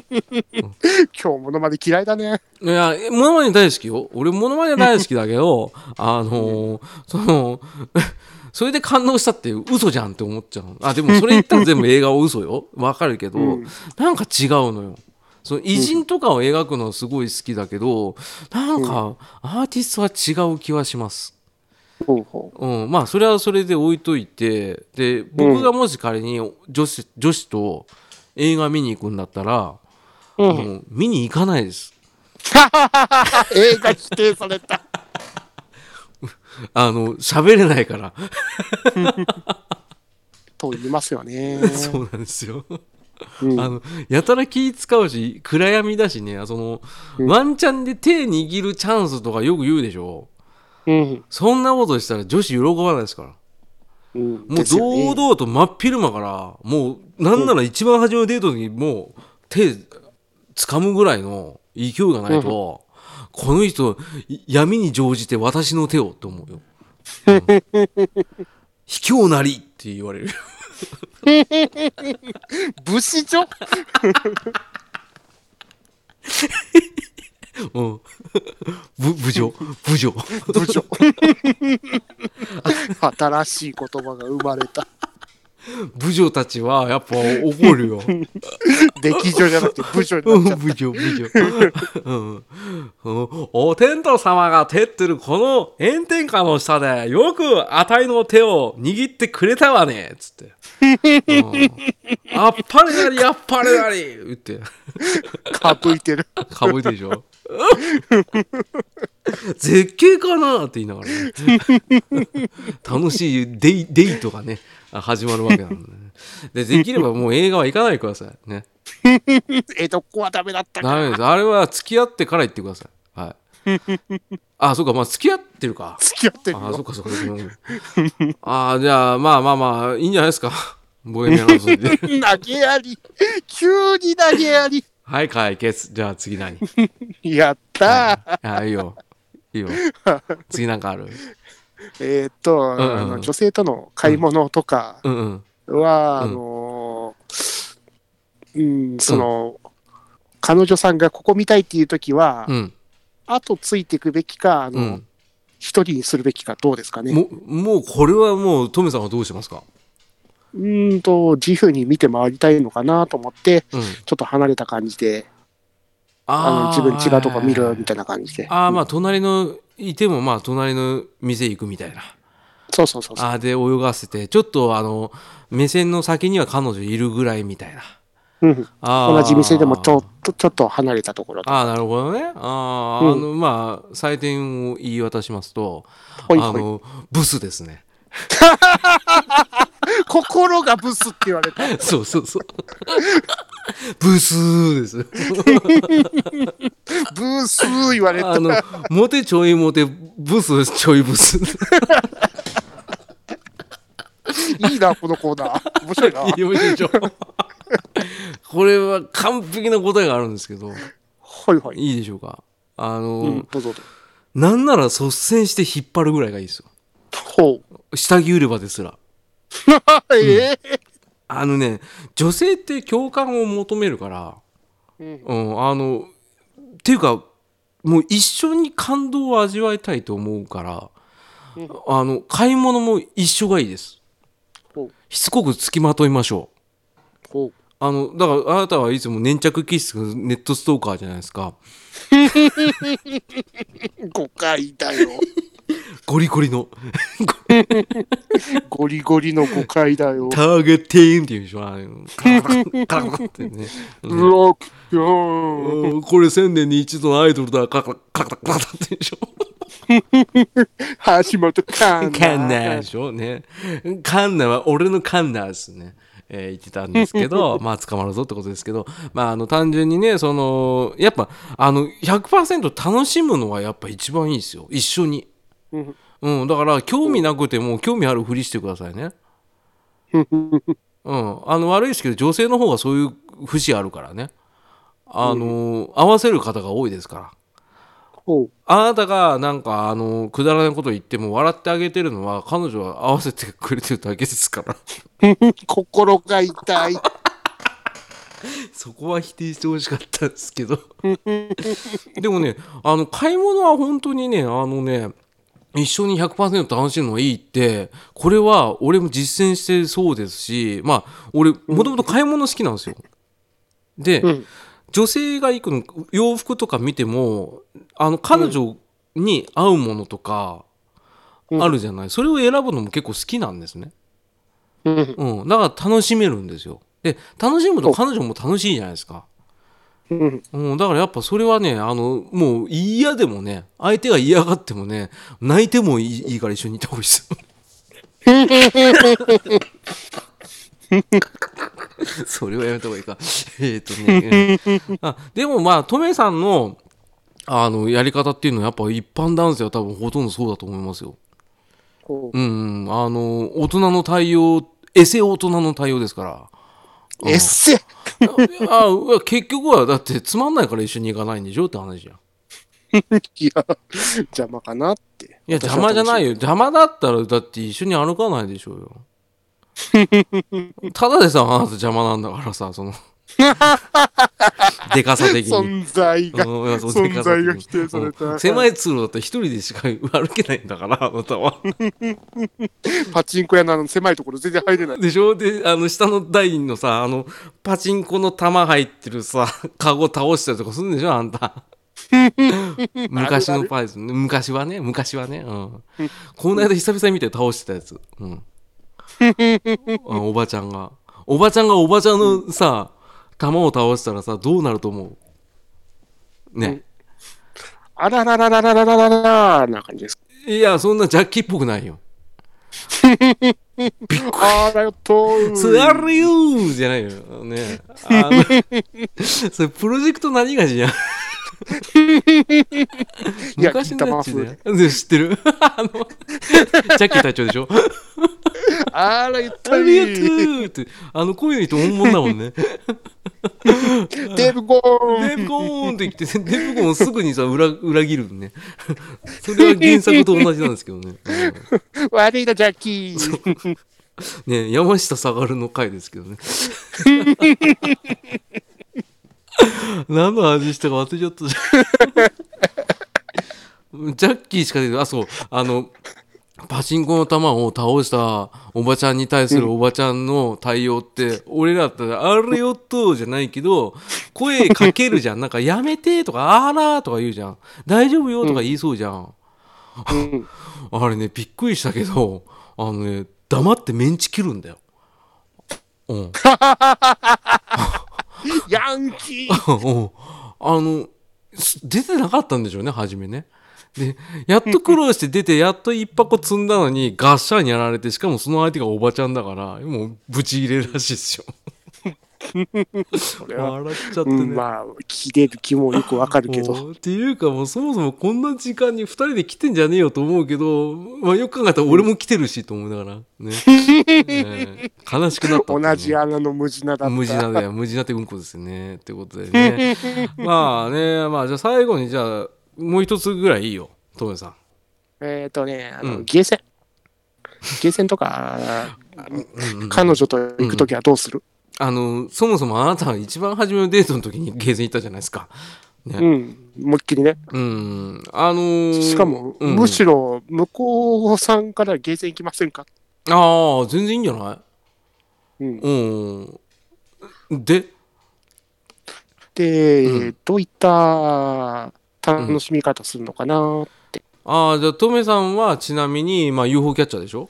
B: 今日ものまで嫌いだね。
A: いや、モノマネ大好きよ。俺、モノマネ大好きだけ ど、あのーその、 それで感動したって嘘じゃんって思っちゃう。あ、でもそれ言ったら全部映画は嘘よ。わかるけど、
B: うん
A: なんか違うのよ。その偉人とかを描くのはすごい好きだけど、なんかアーティストは違う気はします。
B: ほうほ
A: うん、まあそれはそれで置いといてで僕がもし仮に女子女子と映画見に行くんだったら、
B: う。
A: あの見に行かないです
B: 映画否定された。
A: あの喋れないから、
B: と言いますよね。
A: そうなんですよ、
B: うん
A: あのやたら気使うし暗闇だしねその、ワンチャンで手握るチャンスとかよく言うでしょ
B: うん。
A: そんなことしたら女子喜ばないですから
B: うん。
A: もう
B: ですよね
A: 堂々と真っ昼間からもうなんなら一番初めのデートの時にもう手掴むぐらいの勢いがないと、この人い闇に乗じて私の手をって思うよ。卑怯なりって言われる。
B: 武士 女
A: うん。 ぶ侮辱。侮 辱。
B: 武女。 新しい言葉が生まれた。
A: 侮辱たちはやっぱ怒るよ。
B: 出来女じゃなくて武女に
A: うん、
B: な っちゃった。
A: 部長、部長。うんうんお天道様が照ってるこの炎天下の下で、よくあたいの手を握ってくれたわね、つって。うんあっぱれなり、あっぱれなり言って、
B: かぶいてる。
A: かぶいてるでしょ。 絶景かなって言いながらね、楽しいデイデイトがね、始まるわけなのね。で、できればもう映画は行かないでください。ね。
B: 江戸っ子はダメだった
A: ダ
B: か。
A: メです。あれは付き合ってから言ってください。はい。あ、そうか、まあ付き合ってるか。
B: 付き合ってる
A: あ、そう。
B: よ
A: か、そうか。そうかあーじゃあ、まあまあまあ、いいんじゃないですか。ボヘミアン・ラプソデ ィ
B: 投げやり。急に投げやり。
A: はい、解決。じゃあ次何
B: やったー。
A: あ、いいよ。いいよ。次なんかある。
B: えーっと、
A: ん
B: あの女性との買い物とか
A: うんうん。
B: は、
A: うん
B: あのーうん、その、彼女さんがここ見たいっていうときは、
A: うん。
B: 後ついていくべきか、あ
A: う
B: の
A: ん。
B: 一、人にするべきか、どうですかね。
A: ももう、これはもう、トメさんはどうしますか
B: うーんと、自由に見て回りたいのかなと思って、
A: うん。
B: ちょっと離れた感じで、
A: あー
B: あの自分違うとこ見
A: は
B: る
A: い
B: みたいな感じで。
A: ああ、まあ、隣の、いても、まあ、隣の店行くみたいな。
B: そうそうそうそう。
A: あーで泳がせてちょっとあの目線の先には彼女いるぐらいみたいな
B: うん、
A: あー
B: 同じ店でもちょっと、ちょっと離れたところと。
A: ああなるほどねあー、
B: うん
A: あのまあ採点を言い渡しますと
B: ほい
A: あ
B: ほい。
A: のブスですね
B: 心がブスって言われた。
A: そうそうそう ブスー です
B: ブースー言われた。
A: あのモテちょいモテブスちょいブス
B: いいな、このコーナー。面白いな。
A: よいしょこれは完璧な答えがあるんですけど
B: ほいほい。
A: いいでしょうかあの、
B: うん、どうぞどうぞ。
A: なんなら率先して引っ張るぐらいがいいですよ
B: ほう。
A: 下着売れ場ですら
B: ええ
A: あのね女性って共感を求めるから、
B: うん
A: うん、あのっていうかもう一緒に感動を味わいたいと思うから、
B: うん
A: あの買い物も一緒がいいです
B: ほう
A: しつこくつきまといましょう
B: ほう。
A: あのだからあなたはいつも粘着気質のネットストーカーじゃないですか
B: 誤解だよ。
A: ゴリゴリの
B: ゴリゴリの誤解だよ。
A: ターゲティンっていうでしょあのカラカラカラカラってね
B: ブロックよ
A: うんこれ千年に一度のアイドルだカラカラカラカラカラってでしょ
B: 橋本 カンナ。
A: カンナでしょね。カンナは俺のカンナですね。えー言ってたんですけど、 まあ捕まるぞってことですけど、まああの単純にね、その、やっぱあの100%楽しむのはやっぱ一番いいですよ。一緒に。
B: うん
A: うん、だから興味なくても興味あるふりしてくださいね。うん、あの悪いですけど女性の方がそういう節あるからね。あの、合わせる方が多いですから。
B: おう
A: あなたがなんかあのくだらないこと言っても笑ってあげてるのは彼女は合わせてくれてるだけですから
B: 心が痛い。
A: そこは否定してほしかったんですけ どでもねあの買い物は本当にねあのね一緒に100%楽しむのがいいってこれは俺も実践してそうですしまあ俺もともと買い物好きなんですよ。で、
B: うん
A: 女性が行くの洋服とか見てもあの彼女に合うものとか
B: うん
A: あるじゃない、それを選ぶのも結構好きなんですね、
B: うん
A: うん、だから楽しめるんですよで楽しむと彼女も楽しいじゃないですか、
B: うん
A: うん、だからやっぱそれはねあのもう嫌でもね相手が嫌がってもね泣いてもいいいいから一緒にいてほしいですそれはやめた方がいいかえっ、とね、うんあでもまあトメさんのあのやり方っていうのはやっぱ一般男性は多分ほとんどそうだと思いますよ
B: こ
A: うんうんあの大人の対応エセ大人の対応ですから
B: うえっせ
A: あうわ結局はだってつまんないから一緒に行かないんでしょって話じゃん
B: いや、邪魔かなって。
A: いや邪魔じゃないよ邪魔だったらだって一緒に歩かないでしょう よただでさえあなた邪魔なんだからさそのでかさ的に
B: 存在が、
A: うんいやそうで
B: 存
A: かさ的
B: 在
A: に
B: が否定され
A: う
B: た。
A: ん狭い通路だったら一人でしか歩けないんだからあなたは
B: パチンコ屋のあの狭いところ全然入れない。
A: でしょであの下の台のさあのパチンコの玉入ってるさ カゴ倒したりとかするんでしょあんた昔のパイズ昔はね昔はねうんこの間久々に見て倒してたやつうんあおばちゃんがおばちゃんがおばちゃんのさ玉を倒したらさどうなると思うね、
B: あらららららららららな感じです。
A: いやそんなジャッキーっぽくないよ
B: あらよと
A: 「つやるよー」じゃないよねあの それプロジェクト何がしじゃん
B: いや
A: 昔のやつ
B: 銀
A: ねで知ってる あのジャッキー隊長でしょ
B: あら言っ
A: あ
B: た
A: りがと
B: り
A: うって、あの声の人本物だもんね。
B: デブゴーン
A: デブコーンって来て、デブコーンすぐにさ、裏、裏切るね。それは原作と同じなんですけどね。うん
B: 悪いなジャッキー
A: ね山下下がるの回ですけどね。何の味したか忘れちゃったじゃん。ジャッキーしか出てないあ、そう、あの、パチンコの玉を倒したおばちゃんに対するおばちゃんの対応って、俺らだったら「あれよっと」じゃないけど声かけるじゃんなんか「やめて」とか「あら」とか言うじゃん「大丈夫よ」とか言いそうじゃん、
B: うん
A: あれねびっくりしたけどあのね黙ってメンチ切るんだようんうん
B: ヤンキー
A: あのす出てなかったんでしょうね初めねでやっと苦労して出てやっと一箱積んだのにガッシャーにやられてしかもその相手がおばちゃんだからもうブチ入れるらしいですよ
B: それは、
A: 笑っちゃっ
B: う
A: てね、
B: ん、まあ切れる気もよくわかるけど
A: もうっていうかもうそもそもこんな時間に2人で来てんじゃねえよと思うけど、まあ、よく考えたら俺も来てるしと思いながら ねねえ悲しくなったっていうね
B: 同じ穴の無地なだった
A: 無地なで無地なってうんこですねってことで ねまあねまあじゃあ最後にじゃあもう一つぐらいいいよトメさん
B: えっ、とねあ
A: う
B: の
A: ん
B: ゲーセン、ゲーセンとか彼女と行くときはどうする、
A: あのそもそもあなたは一番初めのデートの時にゲーセン行ったじゃないですか
B: うん思いっきりね
A: うんあのー
B: しかも、
A: うん
B: むしろ向こうさんからゲーセン行きませんか、
A: ああ全然いいんじゃない
B: うん、
A: うんで
B: で、
A: うん
B: どういった楽しみ方するのかな、
A: ああじゃあトメさんはちなみに、まあ、UFO キャッチャーでしょ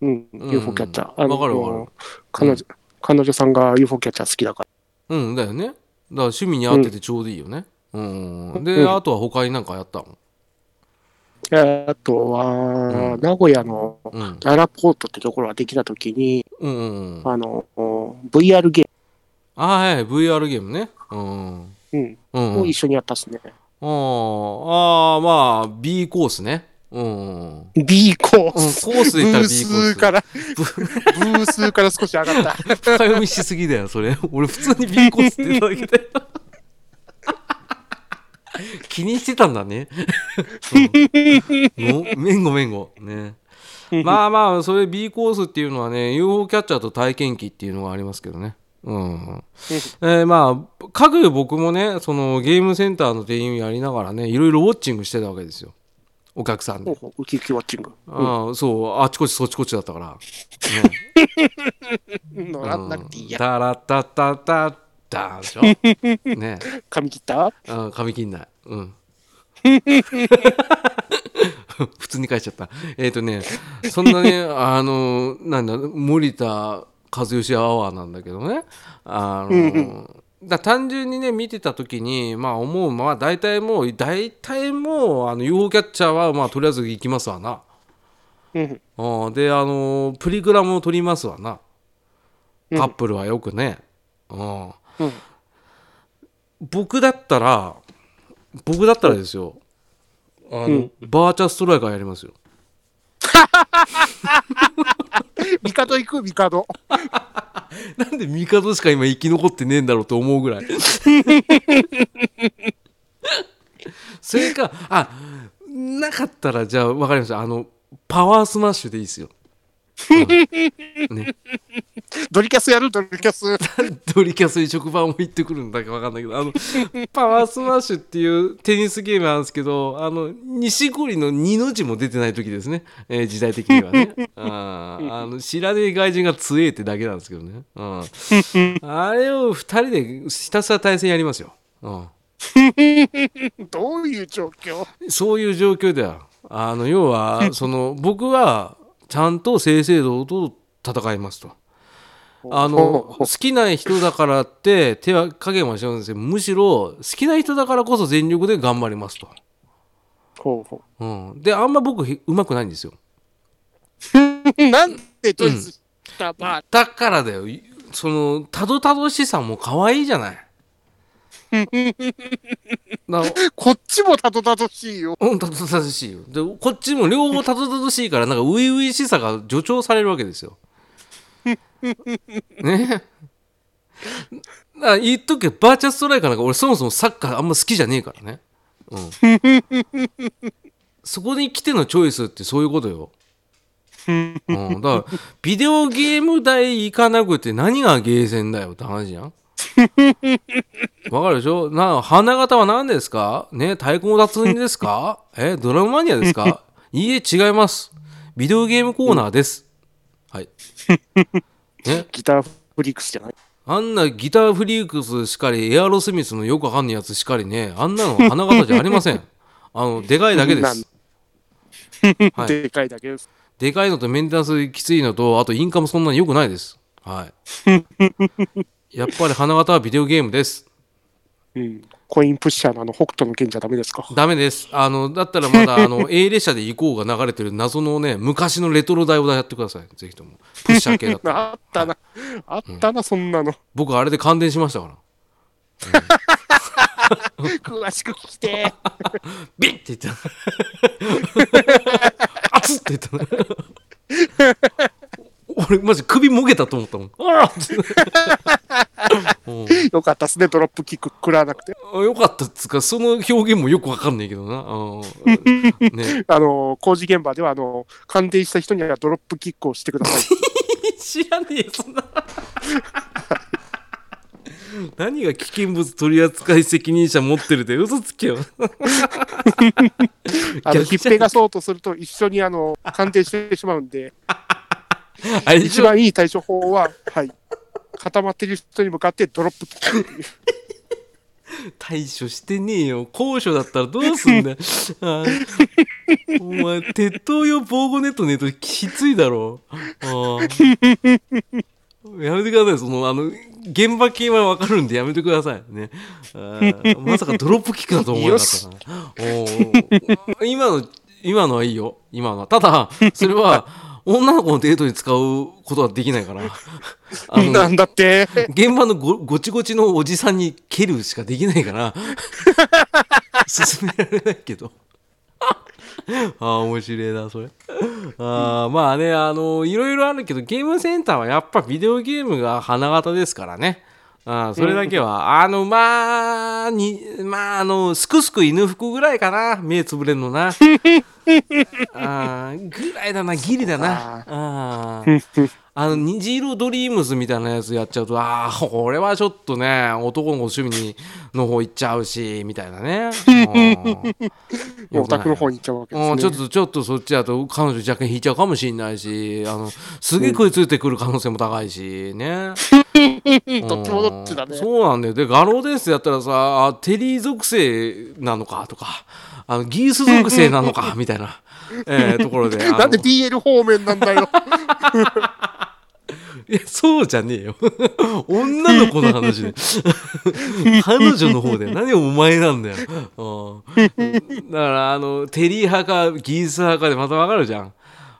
B: うん、
A: うん
B: UFO キャッチャー。
A: わかるわか
B: 彼女、彼女さんが UFO キャッチャー好きだから。
A: うんだよねだから趣味に合っててちょうどいいよねうん、で、
B: うん
A: あとは他になんかやったの
B: えーあとは、
A: うん
B: 名古屋の
A: うん
B: ララポートってところができたときに、
A: うんうんうん
B: あの、お VR ゲ
A: あはい VR ゲームねうんうん
B: ーム、
A: う
B: うんん、
A: う
B: を
A: ん
B: 一緒にやったっすね。
A: あーあーまあ B コースねうん、うん、コ
B: B コース。
A: ース
B: ブ
A: で言ったら B
B: ー
A: コ
B: ス
A: ース
B: から、ブースから少し上がった。
A: 深読みしすぎだよそれ俺普通に B コースって言っただけだよ気にしてたんだね。うんごめんごめんご。ね。まあまあ、それ B コースっていうのはね、UFO キャッチャーと体験機っていうのがありますけどね。うん。えーまあ、かぐ僕もね、そのゲームセンターの店員やりながらね、いろいろウォッチングしてたわけですよ。お客さんで
B: ほう。ほうウキウキウォッチング。
A: ああそう、あちこちそちこちだったから。
B: の
A: う
B: ら
A: ん
B: なくていいや。
A: タラッタッタッタッタ でしょ。ね
B: 髪切った
A: うん、髪切んない。うん。 普通に返しちゃった。えっ、とね、そんなね、 あの、なんだ、森田和義アワーなんだけどね。あの、だ単純にね、見てた時に、まあ思う、まあ大体もう、大体もう、あの、UFO キャッチャーは、まあとりあえず行きますわな。
B: うん。
A: うん、で、あの、プリグラムを取りますわな。
B: うん
A: カップルはよくね。うん。
B: うん。
A: 僕だったら僕だったらですよあの、
B: うん
A: バーチャストライカーやりますよ
B: ミカド行くミカド。
A: なんでミカドしか今生き残ってねえんだろうと思うぐら いそれかあなかったらじゃあ分かりましたあのパワースマッシュでいいですよ
B: ドリキャスやるドリキャス。
A: ドリキャスに職場も行ってくるんだか分かんないけどあのパワースマッシュっていうテニスゲームなんですけどあの錦織の二の字も出てない時ですね、えー時代的にはねあーあの知らねえ外人が強えってだけなんですけどね、うんあれを二人でひたすら対戦やりますよ、うん
B: どういう状況
A: そういう状況ではあの要はその僕はちゃんと正々堂々と戦いますと。あの好きな人だからって手は加減はしないんですけどむしろ好きな人だからこそ全力で頑張りますと。
B: ほうほ
A: うん、であんま僕へうまくないんですよ。
B: う。なんでドイツしたバー
A: だからだよいそのたどたどしさも可愛いじゃない。な
B: こっちもたどたどしいよ。
A: うん、たどたどしいよ。で、こっちも両方たどたどしいから、なんか、初々しさが助長されるわけですよ。ね だから言っとくけど、バーチャストライカーなんか、俺そもそもサッカーあんま好きじゃねえからね。うん。そこに来てのチョイスってそういうことよ。うん、だから、ビデオゲーム代行かなくて何がゲーセンだよって話じゃん。わかるでしょな花形は何ですかね太鼓の達人ですかえドラムマニアですかいいえ、違います。ビデオゲームコーナーです。はい。ね
B: ギターフリックスじゃない
A: あんなギターフリークスしかり、エアロスミスのよくわかんないやつしかりね、あんなの花形じゃありませ ん。あの、でかいだけで
B: なん
A: す。はい
B: でかいだけです。
A: でかいのとメンテナンスきついのと、あとインカムそんなに良くないです。 はい。やっぱり花形はビデオゲームです。
B: うん。コインプッシャーのあの北斗の剣じゃダメですか。
A: ダメです。あの、だったらま だ、あの、A 列車で行こうが流れてる謎のね、昔のレトロ台をやってください。ぜひとも。プッシャー系 だったら。
B: あったな。あったな、そんなの。
A: 僕、あれで感電しましたから。
B: 詳しく聞きてー。
A: ビッって言った。熱っって言った。 俺、マジ首もげたと思ったもん。あらっつって
B: よかったっすね、ドロップキック食らわなくて。
A: あよかったっつうか、その表現もよくわかんないけどな。うん ね。
B: あの、工事現場では、あの、感電した人にはドロップキックをしてください。
A: 知らねえよそんな何が危険物取扱責任者持ってるで嘘つけよ
B: あの、
A: 逆じ
B: ひ
A: ゃ
B: っぺがそうとすると一緒に、あの、感電してしまうんで、
A: あれでし
B: 一
A: ょ
B: 番いい対処法は、はい。固まってる人に向かってドロップキックっていう。
A: 対処してねえよ高所だったらどうすんだよあーお前鉄塔用防護ネットねえときついだろあーやめてくださいそのあの現場系はわかるんでやめてくださいねあーまさかドロップキックだと思わなかったなおー今の今のはいいよ今のはただそれは女の子のデートに使うことはできないからあの
B: なんだって。
A: 現場のごごちごちのおじさんに蹴るしかできないから進められないけど ああ面白いなそれあーまあねあのいろいろあるけどゲームセンターはやっぱビデオゲームが花形ですからねあそれだけは、あの、まあ、に、まあ、あの、すくすく犬服ぐらいかな、目つぶれんのな。あーぐらいだな、ギリだな。あーあの、虹色ドリームズみたいなやつやっちゃうと、ああ、これはちょっとね、男の子趣味にの方行っちゃうし、みたいなね。うん
B: オタクの方に行っちゃうわけです
A: う
B: ね。
A: んちょっとちょっとそっちだと彼女若干引いちゃうかもしれないしあのすげえ食いついてくる可能性も高いしね。
B: どっちもどっちだね
A: うんそうなんだよで画廊ですやったらさあテリー属性なのかとかあのギース属性なのかみたいな、えーところであの
B: なんで BL 方面なんだよ。
A: いやそうじゃねえよ 女の子の話で 彼女の方で何お前なんだよ、うん、だからあのテリー派かギース派かでまた分かるじゃん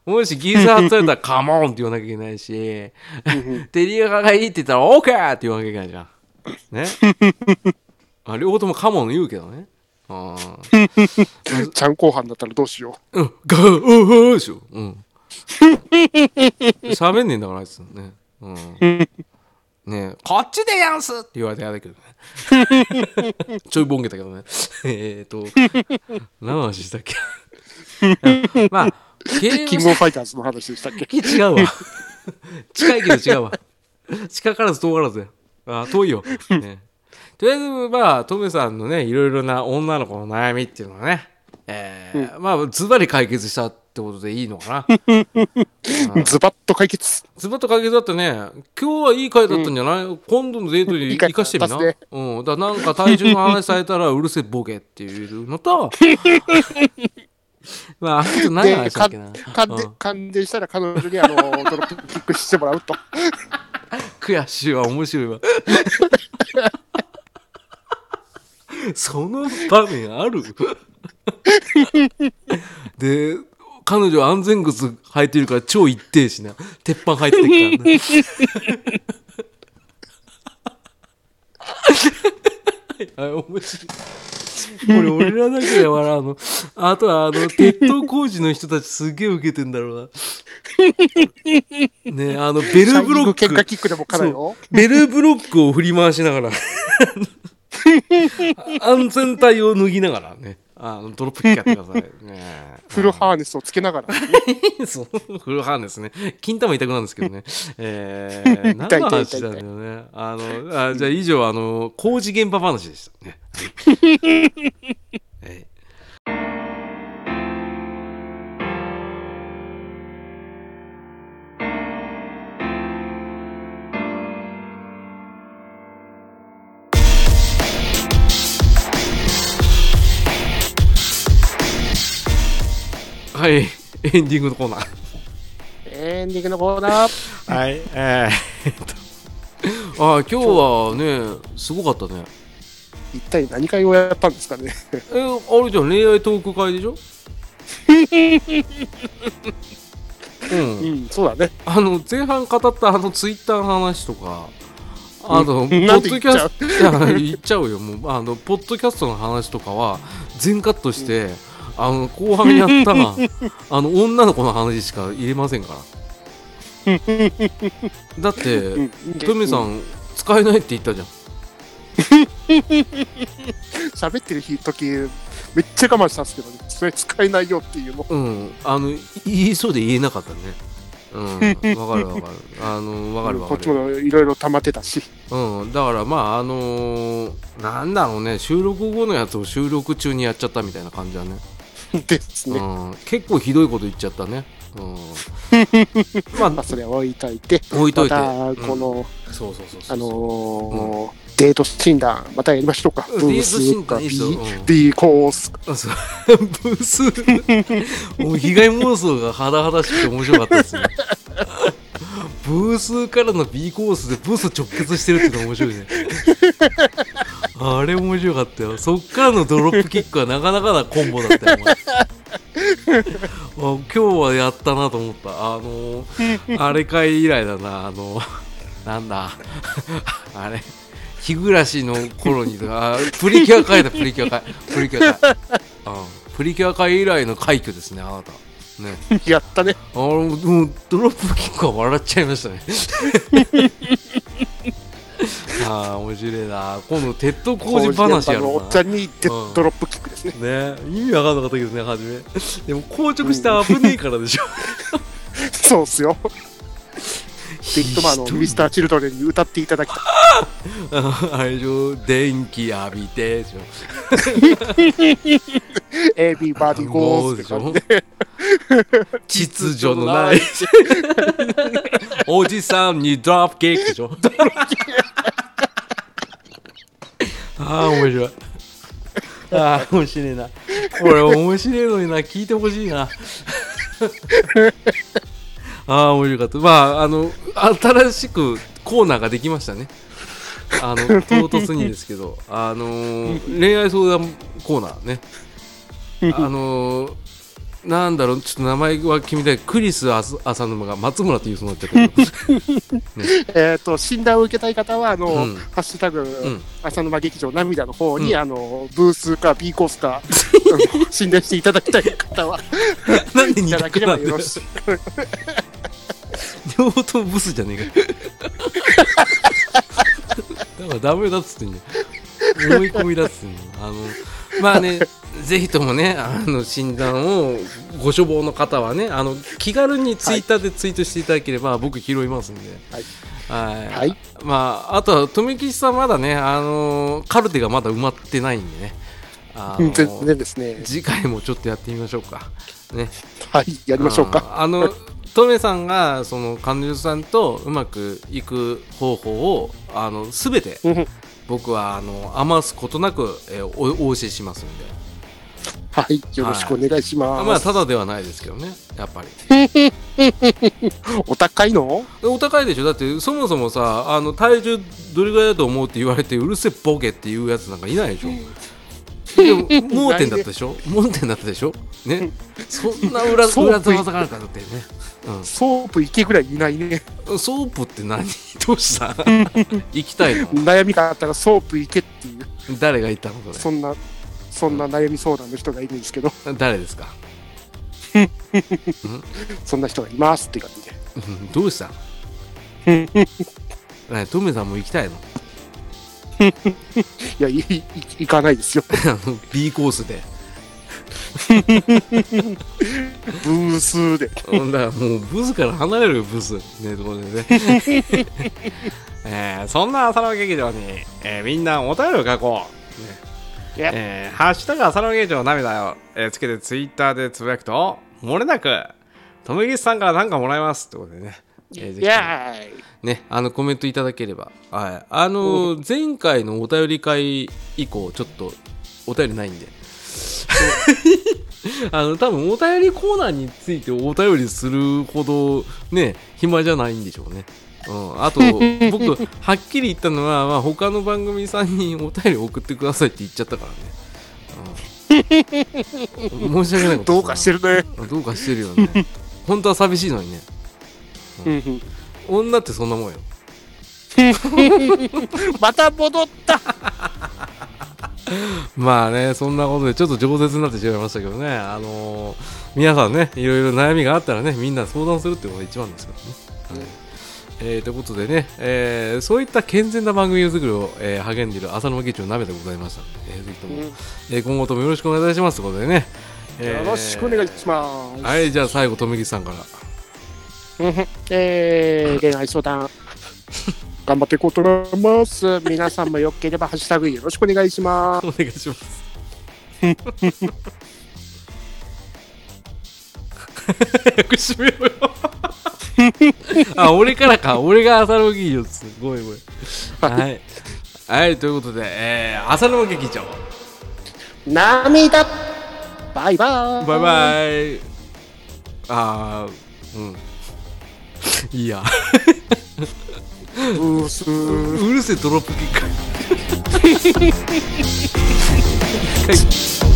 A: もしギース派って言われたら「カモン!」って言わなきゃいけないし テリー派がいいって言ったら「オーケー!」って言わなきゃいけないじゃんねまあ両方ともカモン言うけどねうん
B: ちゃんこ飯だったらどうしよ
A: うん、ガー、うーでしょ。うん。喋んねえんだから、あいつ。ね。うん。ねえ、こっちでやんすって言われてやだけどね。ちょいぼんげたけどね。えっと、何の話したっけまあ、ゲ
B: う。
A: ー
B: キン
A: ム
B: グオブファイターズの話でしたっけ
A: いや違うわ。 近いけど違うわ。近からず遠からずや。あ遠い よ。ね、とりあえず、まあ、トメさんのね、いろいろな女の子の悩みっていうのはね、えーまあ、ズバリ解決したってことでいいのか な。
B: ズバッと解決。
A: ズバッと解決だったね。今日はいい回だったんじゃない、今度のデート
B: い
A: に
B: い回
A: 生かしてみな。
B: 出すね
A: うん。だからなんか体重の話されたら、うるせえボケっていうの と、まあ、あと何の
B: で、
A: 話だ
B: か
A: っけな。
B: んで
A: うん
B: 感電したら彼女にあのドロップキックしてもらうと。
A: 悔しいわ面白いわその場面あるで彼女は安全靴履いてるから超一定しな鉄板入ってるからねあ面白いこれ俺らだけで笑うのあとはあの鉄塔工事の人たちすげえウケてんだろうなねあのベルブロッ
B: シャイニング
A: ク
B: 喧嘩キックでもかなよ。
A: ベルブロックを振り回しな がら安全帯を脱ぎながらねあのドロップキックやってくださいね
B: フルハーネスをつけながら。
A: そうフルハーネスね金玉痛くなるんですけどねえー、何
B: 痛い
A: の
B: 痛い
A: 話なんだよねあのあじゃあ以上あの工事現場話でした ねはいはい、エンディングのコーナー
B: エンディングのコーナー。
A: はい、 えー、と。あー今日はね、すごかったね。
B: 一体何回をやったんですかね。
A: え、あれじゃん、恋愛トーク会でしょう。
B: うんん、そうだね。
A: あの、前半語ったあのツイッターの話とか、あ の、ポッ
B: なんで
A: ド
B: 言
A: キ
B: っち
A: ャ
B: ゃう
A: スト、いや、言っちゃうよ。もう、あの、ポッドキャストの話とかは、全カットして、あの、後半にやった ら、あの、女の子の話しか入れませんから。 だって、
B: うん。
A: トミさ、
B: うん
A: 使えないって言ったじゃん。
B: 喋ってる日時、めっちゃ我慢したんですけどね。それ使えないよっていうの。
A: うん、あの言えそうで言えなかったね。うん、わかるわ かる。あのわかるわ
B: こ
A: か
B: っち
A: る。
B: もいろいろ溜まってたし。
A: うん、だからまああのーなんだろうね、収録後のやつを収録中にやっちゃったみたいな感じだね。
B: ですね。
A: うん、結構ひどいこと言っちゃったね。 うん、ま
B: まあ、
A: あ
B: それは置いといて、
A: 置いと
B: ま
A: いて。
B: た、
A: うん
B: この、
A: そうそうそうそう。
B: あのーデート診断、またやりましょうか。
A: うんデート診断いいっすよ
B: ブー
A: う
B: ス
A: ん
B: か B、B コースか。
A: あそうブースもう被害妄想が甚だしくて面白かったですねブースからの B コースでブース直結してるっていうのが面白いねあれ面白かったよそっからのドロップキックはなかなかなコンボだったよお前あ今日はやったなと思ったあのーあれ会以来だなあのなんだあれ日暮らしの頃にとかあプリキュア会だプリキュア会プリキュア会、うん、プリキュア会以来の快挙ですねあなたね
B: やったね。
A: あもう もうドロップキックは笑っちゃいましたねあー面白いな今度鉄塔工事話や
B: 工事現場の
A: ろ
B: お
A: う
B: っち
A: な
B: ゃんにデッドロップキックですね。
A: ね意味わかんなかったけどね初めでも硬直して危ねえからでしょ
B: そうっすよ。ビッグマンのミスター・チルドレンに歌っていただきたい。
A: あれでしょ電気浴びてでしょ
B: Everybody
A: も
B: goes
A: う
B: って
A: でしょ
B: 感じ
A: 秩序のない おじさんにドロップキックでしょ ああ面白いああ面白いなこれ面白いのにな聞いてほしい なああ面白かったまああの新しくコーナーができましたねあの唐突にですけどあのー恋愛相談コーナーねあのーなんだろうちょっと名前は決めたいクリス浅浅沼が松村と言うそうになっちゃったけど
B: えっと、診断を受けたい方は、あの、
A: うん
B: ハッシュタグ、
A: ん
B: 浅沼劇場涙の方に、
A: うん
B: あの、ブースか B コース か、あの診断していただきたい方は、
A: なんで
B: い
A: 似
B: た
A: た
B: だ
A: く
B: けれ
A: な
B: ば
A: んだ
B: よ
A: よ
B: ろしい。
A: 両方ともブスじゃねえかだからダメだっつってんじゃん思い込みだっつってんじゃんあのまあねぜひともねあの診断をご処方の方はねあの気軽にツイッターでツイートしていただければ僕拾いますんで
B: はい
A: はい
B: はい
A: まああとは留吉さんまだねあのカルテがまだ埋まってないんでねあ
B: うん
A: の
B: 全然ですね。
A: 次回もちょっとやってみましょうかね
B: はい、やりましょうか。
A: あーあのトメさんがその彼女さんとうまくいく方法をあの全て
B: うんは
A: 僕はあの余すことなく、えーおお教えしますんで
B: い、よろしくお願いし
A: あま
B: ま
A: あ
B: す。
A: ただではないですけどねやっぱり
B: お高いの
A: お高いでしょだってそもそもさあの体重どれぐらいだと思うって言われてうるせえボケっていうやつなんかいないでしょでも盲点だったでしょ 盲点だったでしょねそんな裏
B: そう
A: 裏技があるかだってね、うん、
B: ソープ池ぐらいいないね。
A: ソープって何 どうした行きたいの
B: 悩みがあったらソープ池っていう、
A: 誰が言ったのそ
B: そんな、そんな悩み相談の人がいるんですけど、
A: れ誰ですか
B: そんな人がいますって感じで。
A: うんどうしたのねトメさんも行きたいの
B: いや、い、い、行かないですよ。
A: あの B コースで
B: ブー スで。
A: ほんだらもうブスから離れるよブスねところでね えーそんな朝ラ劇場に、えーみんなお便りを書こう、ね
B: いや
A: えーハッシュタグ朝ラ劇場涙を、えーつけてツイッターでつぶやくと漏れなくトメギスさんから何かもらえますってことでね、えーぜひとも
B: イエーイ
A: ね、あのコメントいただければ、はい、あのー前回のお便り会以降ちょっとお便りないんで あの多分お便りコーナーについてお便りするほどね暇じゃないんでしょうね、うん、 あと僕はっきり言ったのは、まあ、他の番組さんにお便り送ってくださいって言っちゃったからね、うん 申し訳ないこと
B: どうかして
A: る
B: るね。
A: どうかしてるよね本当は寂しいのにね
B: うんうん
A: 女ってそんなもんよ
B: また戻った
A: まあね、そんなことでちょっと饒舌になってしまいましたけどね、あのー皆さんね、いろいろ悩みがあったらね、みんな相談するってことが一番ですからね。はいえーということでね、えーそういった健全な番組作りを、えー励んでいる浅沼劇場鍋でございましたので、えーぜひとも、
B: うん
A: えー今後ともよろしくお願いしますということでね。
B: よろしくお願い
A: ま
B: します。
A: はい、じゃあ最後、留吉さんから。
B: うんうんえー、恋愛相 談。頑張っていこうと思います。皆さんもよければ、ハッシュタグよろしくお願いします。
A: お願いします。早く閉めろよ。 あ、俺からか。俺が浅野劇場っす。ごめんごめん。はい。はい、ということで、えー、浅野劇場。
B: 涙バイバーイ
A: バイバイ。あー、うん。いいや。
B: ブース
A: うるせえドロップキック。